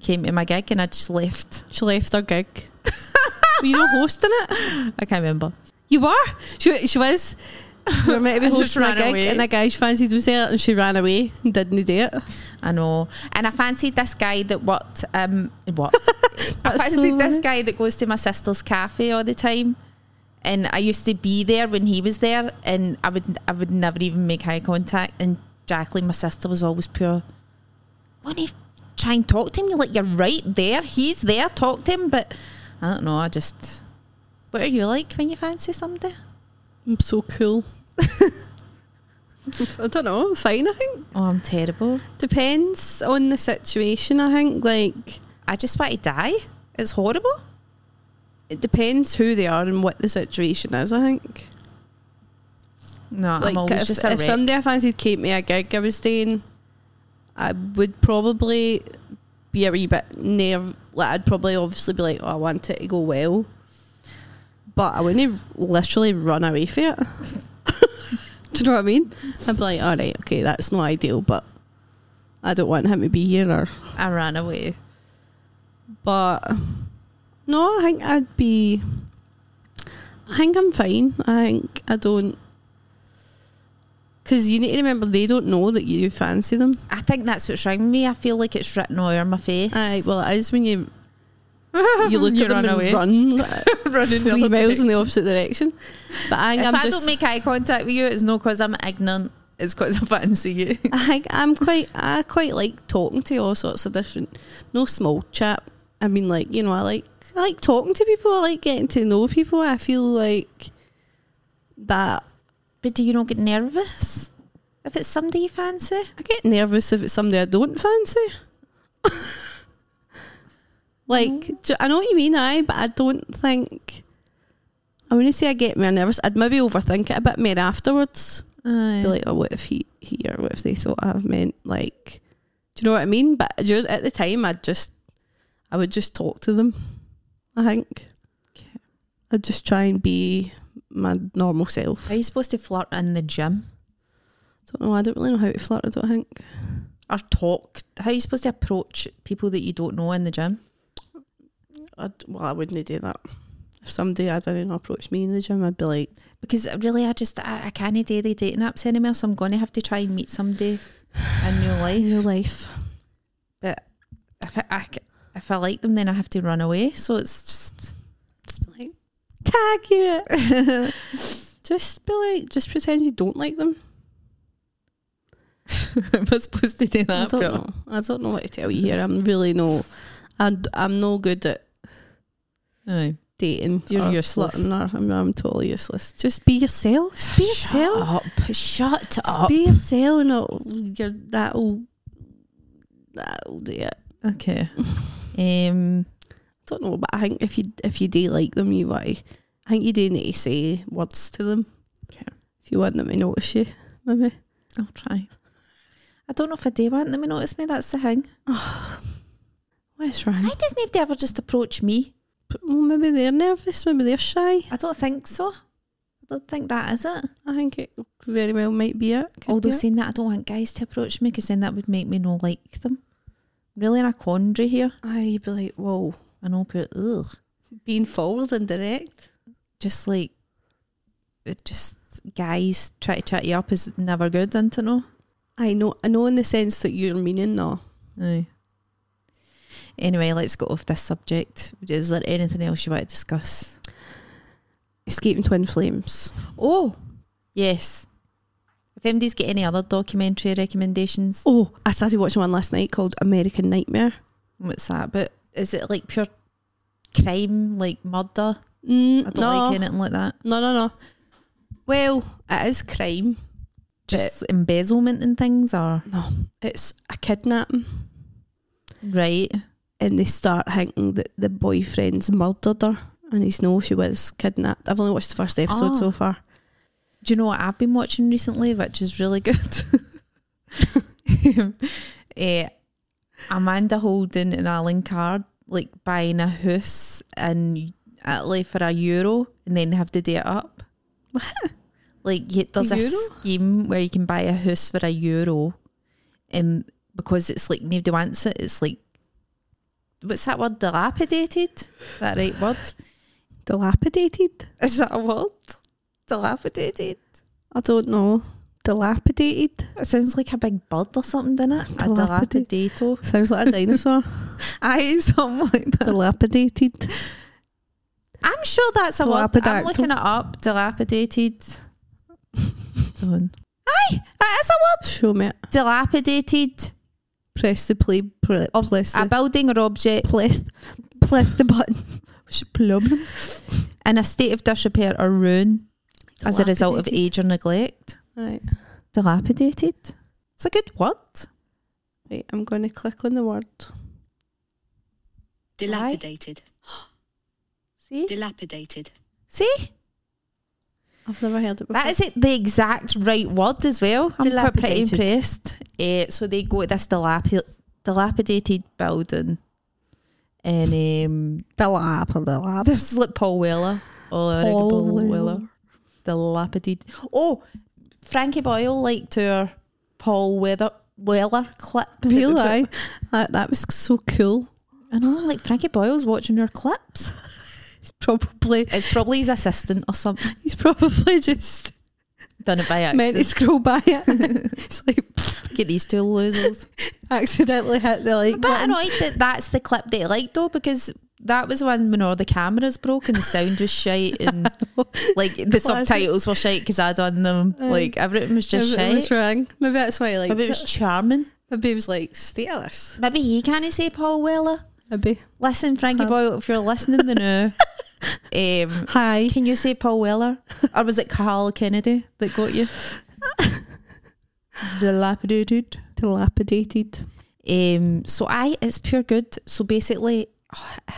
came to my gig and I just left. she left her gig. were you not hosting it? I can't remember. You were. She she was. We were meant to And be she just hosting a ran gig, away. and a guy she fancied was there, and she ran away and didn't do it. I know, and I fancied this guy that worked. Um, what? I That's so fancied this funny. guy that goes to my sister's cafe all the time, and I used to be there when he was there, and I would I would never even make eye contact. And Jacqueline, my sister, was always pure. When you try and talk to him, you're like you're right there. He's there. Talk to him, but I don't know. I just. What are you like when you fancy somebody? I'm so cool. I don't know. Fine, I think. Oh, I'm terrible. Depends on the situation. I think like I just want to die. It's horrible. it depends who they are and what the situation is. I think. No, like I'm always if, just a if wreck. somebody I fancied came to a gig I was staying, I would probably be a wee bit nerve. Like I'd probably obviously be like, oh, I want it to go well, but I wouldn't literally run away from it. Do you know what I mean? I'd be like, all right, okay, that's not ideal, but I don't want him to be here. Or I ran away. but no, I think I'd be. I think I'm fine. I think I don't. Because you need to remember they don't know that you fancy them. I think that's what's wrong with me. I feel like it's written all over my face. Aye, well it is when you you look You at run them and away. run running three miles in the opposite direction. But I If think I'm I'm I just. don't make eye contact with you, it's not because I'm ignorant. It's because I fancy you. I think I'm quite. I quite like talking to all sorts of different. No small chat. I mean, like you know, I like. I like talking to people. I like getting to know people. I feel like that But do you not get nervous if it's somebody you fancy? I get nervous if it's somebody I don't fancy. like, ju- I know what you mean, I, but I don't think. I wouldn't say I get more nervous. I'd maybe overthink it a bit more afterwards. Be like, oh, what if he, he or what if they thought I've meant like, do you know what I mean? But dur- at the time, I'd just, I would just talk to them. I think Okay. I'd just try and be my normal self. Are you supposed to flirt in the gym? Don't know. I don't really know how to flirt. I don't think. Or talk. How are you supposed to approach people that you don't know in the gym? I'd, well, I wouldn't do that. If somebody I didn't know approached me in the gym, I'd be like, Because really, I just I, I can't do the dating apps anymore. So I'm gonna have to try and meet somebody in real life. "New life." But if I, I c- if I like them, then I have to run away. So it's just Just be like, tag you. Just be like, just pretend you don't like them. am I supposed to do I that? don't know. I don't know what to tell you here. I'm really no. I, am no good at Aye. dating. You're or useless. flirting Or, I'm, I'm totally useless. Just be yourself. Just be yourself. Shut up. Shut Just up. be yourself. No, you're that old. That old. Yeah. okay. Um. don't know, but I think if you if you do like them, you want to, I think you do need to say words to them. Okay. If you want them to notice you, maybe. I'll try. I don't know if I do want them to notice me. That's the thing. What's wrong? Why does nobody ever just approach me? But, Well, maybe they're nervous. Maybe they're shy. I don't think so. I don't think that is it. I think it very well might be it. Could Although be it. saying that, I don't want guys to approach me because then that would make me not like them. Really in a quandary here. Aye, you'd be like, whoa, I know, but ugh, being forward and direct. just like it just guys try to chat you up is never good, isn't it? No. I know. I know in the sense that you're meaning no. Aye. Anyway, let's go off this subject. Is there anything else you want to discuss? Escaping twin flames. Oh, yes. If MD's get any other documentary recommendations, Oh, I started watching one last night called American Nightmare. what's that? But is it like pure crime, like murder? Mm, I don't no, like anything like that. no, no, no. Well, it is crime. Just embezzlement and things, or No, it's a kidnapping, right? and they start thinking that the boyfriend's murdered her, and he's no, she was kidnapped. I've only watched the first episode Ah. so far. Do you know what I've been watching recently, which is really good? Eh, Amanda Holden and Alan Card like buying a house in Italy for a euro, and then they have to do it up. Like you, there's a, euro? scheme where you can buy a house for a euro, and because it's like nobody wants it, it's like what's that word? Dilapidated. Is that right word? Dilapidated? Is that a word? Dilapidated. I don't know. Dilapidated It sounds like a big bird or something, doesn't it? A Dilapidate. dilapidato. sounds like a dinosaur. Aye, something like that. Dilapidated. I'm sure that's a word. I'm Dilapidactyl. looking it up. Dilapidated. Done. Aye, that is a word. Show me. It. Dilapidated. Press the play. Pre- Oh, press A the. building or object Press, press the button. Problem. in a state of disrepair or ruin as a result of Dilapidated. age or neglect. Right. Dilapidated. It's a good word. Right. I'm going to click on the word. Dilapidated. See? Dilapidated. See? I've never heard it before. That is it, the exact right word as well. I'm quite pretty Dilapidated. impressed. Eh, so they go to this dilapi- dilapidated building, and um, dilap. Dilap. this is like Paul Weller. Oh, I reckon Paul Weller. Dilapidated. Oh, Frankie Boyle liked our Paul Weather Weller clip. that we Really? put- aye. That, that was so cool. I know, like Frankie Boyle's watching our clips. He's probably It's probably his assistant or something. he's probably just Done it by meant to accident. scroll by it. it's like Get these two losers. accidentally hit the like. I'm a bit annoyed that that's the clip they liked though, because that was when when all the cameras broke and the sound was shite and like the Classic. subtitles were shite because I'd done them. Aye. like everything was just Maybe shite. it was wrong. Maybe that's why I like. Maybe it was charming. Maybe it was like status. Maybe he can't say Paul Weller. Maybe Listen, Frankie Hard. Boyle, if you're listening to now, um, hi. can you say Paul Weller? Or was it Carl Kennedy that got you? Dilapidated. Dilapidated. Um, so I, it's pure good. So basically,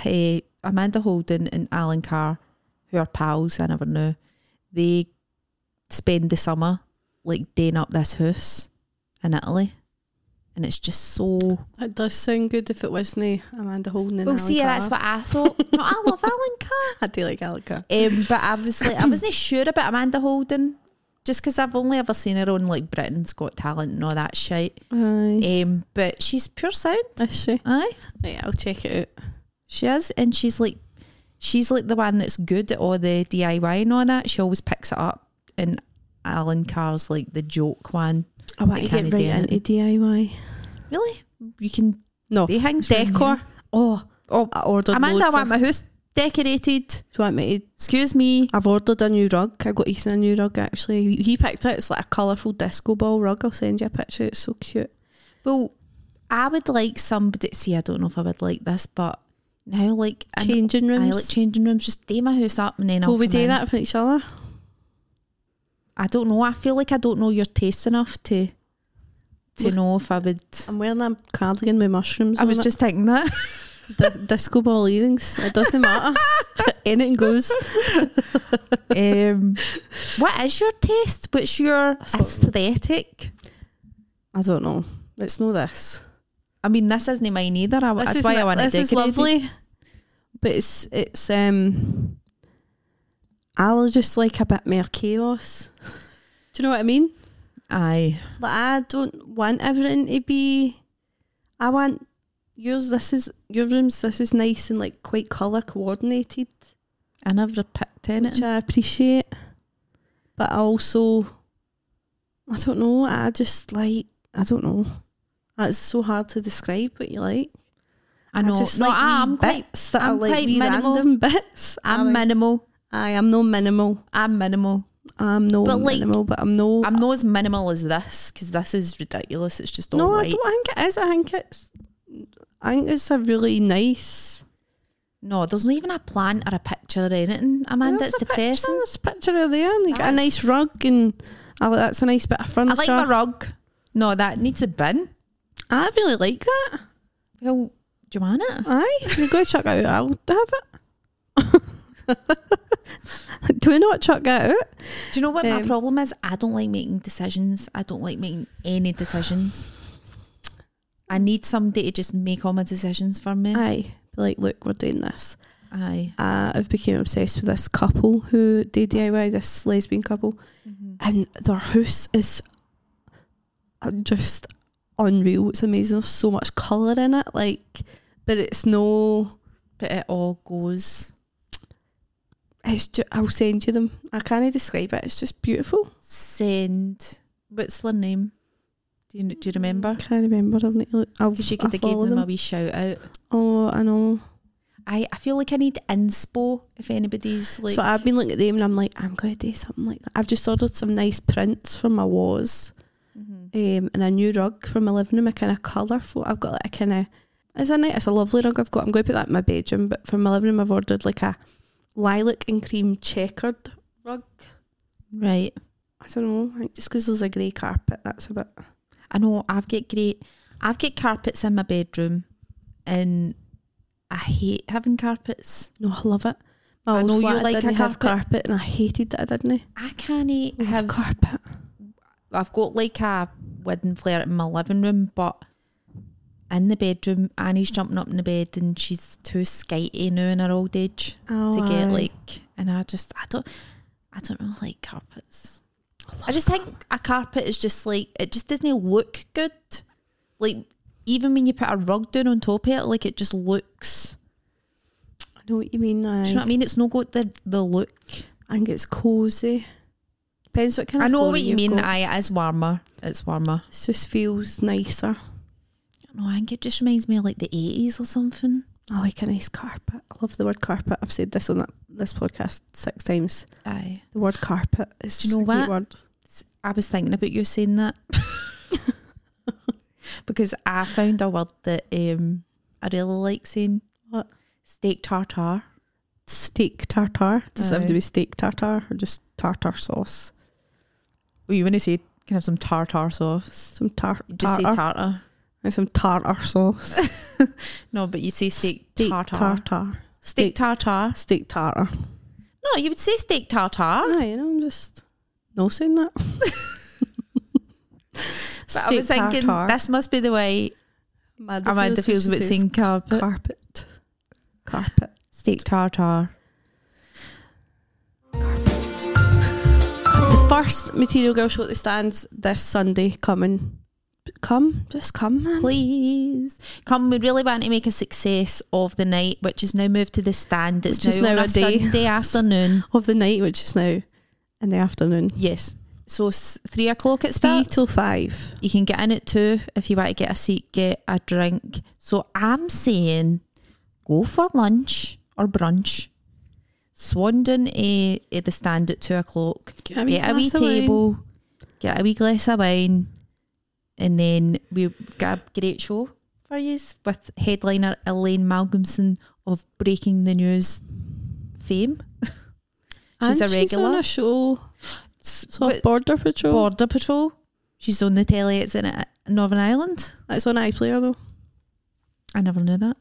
eh, Amanda Holden and Alan Carr, who are pals, I never knew, they spend the summer like daying up this house in Italy, and it's just so. That does sound good if it wasn't eh, Amanda Holden and well, Alan see, Carr. that's what I thought. No, I love Alan Carr, I do like Alan Carr. um, but I was like, I wasn't sure about Amanda Holden. just because I've only ever seen her on like Britain's Got Talent and all that shit. Aye. Um, but she's pure sound. Is she? Aye, Right, I'll check it out. she is, and she's like, she's like the one that's good at all the DIY and all that. She always picks it up, and Alan Carr's like the joke one. I want They to get Oh, can't right do into DIY. Really, you can No. do things around Decor. here. Oh, oh, I ordered Amanda, I loads want of, my house decorated. do you want me to Excuse me. I've ordered a new rug. I got Ethan a new rug actually. He picked it. It's like a colourful disco ball rug. I'll send you a picture. It's so cute. Well, I would like somebody. See, I don't know if I would like this, but now like I'm- Changing I rooms. like changing rooms. Just day my house up, and then I'll. Will we come do in. that for each other? I don't know. I feel like I don't know your taste enough to to Look- know if I would. I'm wearing a cardigan with mushrooms. I was on it. just thinking that. Di- disco ball earrings. It doesn't matter. Anything goes. um, what is your taste? What's your sort of- aesthetic? I don't know. Let's know this. I mean, this isn't mine either. I, This that's is why I lo- want This to is lovely, but it's it's um. I'll just like a bit more chaos. Do you know what I mean? Aye, Like I don't want everything to be. I want yours. This is your rooms. This is nice and like quite color coordinated, I never picked which anything. I appreciate. But I also, I don't know. I just like I don't know. It's so hard to describe what you like. I know. just no, like wee I'm quite. bits that I'm are like quite wee minimal. random bits. I'm I, minimal. I am no minimal. I'm minimal. I'm no But, like, minimal, but I'm no. I'm not as minimal as this because this is ridiculous. It's just all no, I white. don't think it is. I think it's. I think it's a really nice. No, there's not even a plant or a picture or anything. Amanda, There's it's a picture, depressing. There's a picture of there, and you got a That's- nice rug, and I like, that's a nice bit of I furniture. like my rug. No, that needs a bin. I really like that. Well, do you want it? Aye, you go check it out. I'll have it. Do not chuck that out. Do you know what my Um, problem is? I don't like making decisions. I don't like making any decisions. I need somebody to just make all my decisions for me. Aye, be like, look, we're doing this. Aye. uh, I've become obsessed with this couple who did DIY, this lesbian couple, and their house is just unreal. It's amazing. There's so much colour in it, like, but it's no. But it all goes. It's just, I'll send you them. I can't describe it. It's just beautiful. Send. What's their name? Do you, do you remember? I can't remember. I've not, I'll, Because you I'll could have follow given them a them. wee shout out. Oh, I know. I, I feel like I need inspo if anybody's like. so I've been looking at them and I'm like, I'm going to do something like that. I've just ordered some nice prints for my walls. Mhm. um, and a new rug for my living room, a kind of colourful. I've got like a kind of it's a nice, it's a lovely rug I've got. I'm going to put that in my bedroom, but for my living room, I've ordered like a lilac and cream checkered rug. Right. I don't know, I think just because there's a grey carpet, that's a bit. I know I've got great. I've got carpets in my bedroom, and I hate having carpets. No, I love it. My I old know you flat, I like a didn't have carpet. carpet, and I hated that I didn't. I can't eat- I have have. carpet. I've got like a wedding flare in my living room, but in the bedroom, Annie's jumping up in the bed, and she's too skitey now in her old age Oh, to get aye. like. And I just I don't I don't really like carpets. I just think a carpet is just like it just doesn't look good. Like even when you put a rug down on top of it, like it just looks. I know what you mean. I, Do you know what I mean? It's no got the the look. I think it's cozy. Depends what kind I of. know flooring what you you've mean. got. Aye, it is warmer. It's warmer. It just feels nicer. No, I think it just reminds me of like the eighties or something. I like a nice carpet. I love the word carpet. I've said this on that, this podcast six times. Aye. The word carpet is Do you know a great what? word. I was thinking about you saying that. because I found a word that um I really like saying. What? Steak tartare. Steak tartare. Does it have Aye. to be steak tartare or just tartare sauce? Well, you want to say can have some tartare sauce. Some tar- You just tartar. say tartar. and some tartar sauce. No, but you say steak, tartare. tartare. steak tartare. Steak tartare. No, you would say steak tartare. Aye, you know, I'm just no saying that. But I was thinking this must be the way Amanda, Amanda feels about saying carpet. carpet. Carpet. Steak tartare. Carpet. first Material Girl show at the stands this Sunday. Coming, come, just come, man. Please come. We really want to make a success of the night, which is now moved to the stand. It's Which is now, now on a a day. Sunday afternoon. Of the night, which is now in the afternoon, Yes. So s- three o'clock it three starts. till five. you can get in at two if you want to get a seat, get a drink. So I'm saying go for lunch or brunch. Swandon eh, at the stand at two o'clock. Get a wee Get a wee glass of wine. table, get a wee glass of wine, and then we've got a great show for you with headliner Elaine Malcolmson of Breaking the News fame. She's and a She's on regular. a show. So But- Border Patrol. Border Patrol. She's on the telly. It's in uh, Northern Ireland. It's on iPlayer though. I never knew that.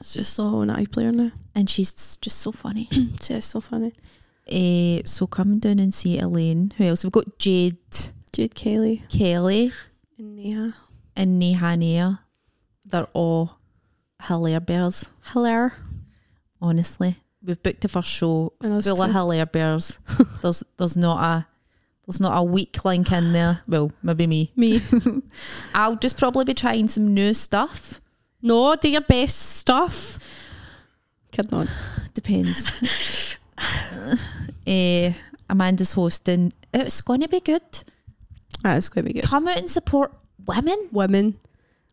It's just all on iPlayer now. And she's just so funny. It's just so funny. Eh, so come down and see Elaine. Who else? We've got Jade Jude Kelly Kelly and Neha. and Neha Nair. They're all hilaire bears, Hello. honestly. We've booked the first show And us full of too. hilaire bears. there's there's not a there's not a weak link in there. Well, maybe me. Me. I'll just probably be trying some new stuff. no, do your best stuff. Kid on. Depends. Eh, Amanda's hosting. It's gonna be good. That's going to be good. Come out and support women. Women,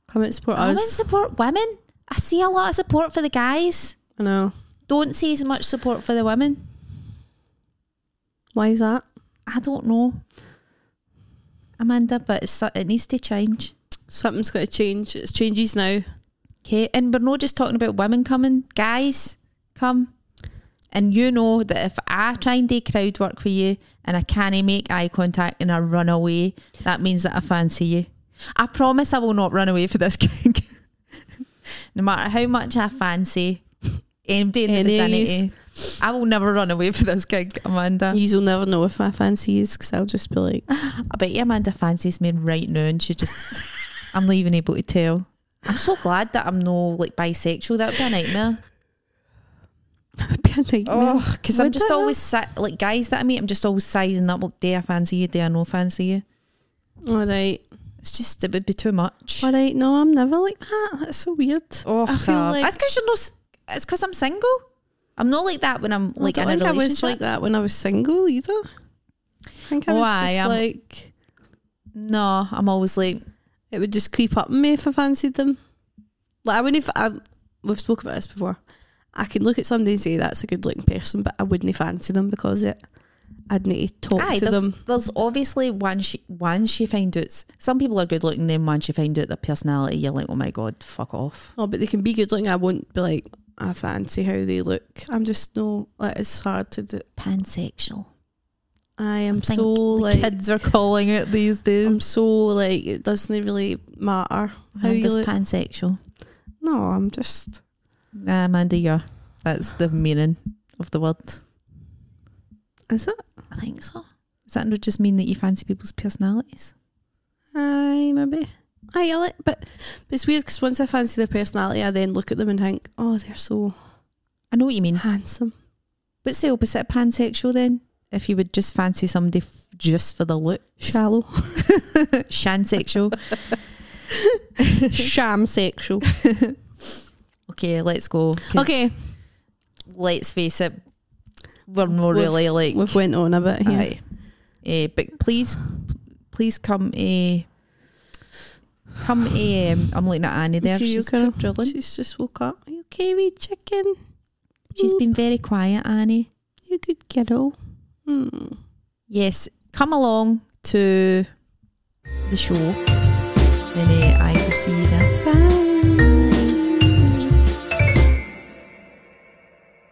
come and support Come and us. support women. I see a lot of support for the guys. I know. Don't see as much support for the women. Why is that? I don't know, Amanda, but it's, it needs to change. Something's got to change. It's changes now. Okay, and we're not just talking about women coming. Guys, come. And you know that if I try and do crowd work for you and I can't make eye contact and I run away, that means that I fancy you. I promise I will not run away for this gig. no matter how much I fancy anybody in the Any of yous. vicinity, I will never run away for this gig, Amanda. You'll never know if I fancy you because I'll just be like, I bet you Amanda fancies me right now and she just, I'm not even able to tell. I'm so glad that I'm no like bisexual. That would be a nightmare. be a nightmare. Oh, because I'm Would just it always si- like guys that I meet. I'm just always sizing up. Like, day I fancy you, day I no fancy you. All right. It's just it would be too much. All right. No, I'm never like that. That's so weird. Oh, I feel like- that's because you're no. s- It's because I'm single. I'm not like that when I'm like I in don't a think I relationship. was like that when I was single either. I think I Oh, was I just am. like, no, I'm always like it would just creep up on me if I fancied them. Like I wouldn't. If I, we've spoken about this before. I can look at somebody and say that's a good looking person, but I wouldn't fancy them because it. I'd need to talk aye. to There's, them. there's obviously once you, once you find out s- some people are good looking. Then once you find out their personality, you're like, oh my god, fuck off. Oh, but they can be good looking. I won't be like I fancy how they look. I'm just no. Like it's hard to. Do. Pansexual. I am think so like. Kids are calling it these I'm days. so like it doesn't really matter how you Amanda's look. pansexual. no, I'm just. Nah, Amanda, you're. That's the meaning of the word. Is it? I think so. Does that not just mean that you fancy people's personalities? Aye, maybe. Aye, I like, but, but it's weird because once I fancy their personality, I then look at them and think, oh, they're so I know what you mean. handsome. What's the opposite of pansexual then? If you would just fancy somebody f- just for the look, Shallow. shansexual. Sham sexual. okay, let's go. 'cause Okay, let's face it, we're not We've- really like. we've went on a bit here. Aye. Eh, but please, please come. eh, come. eh, um, I'm looking at Annie there. Material She's girl. drilling. She's just woke up. Are you okay, wee chicken? She's been very quiet, Annie. You good kiddo. Hmm. Yes, come along to the show, and uh, I will see you there.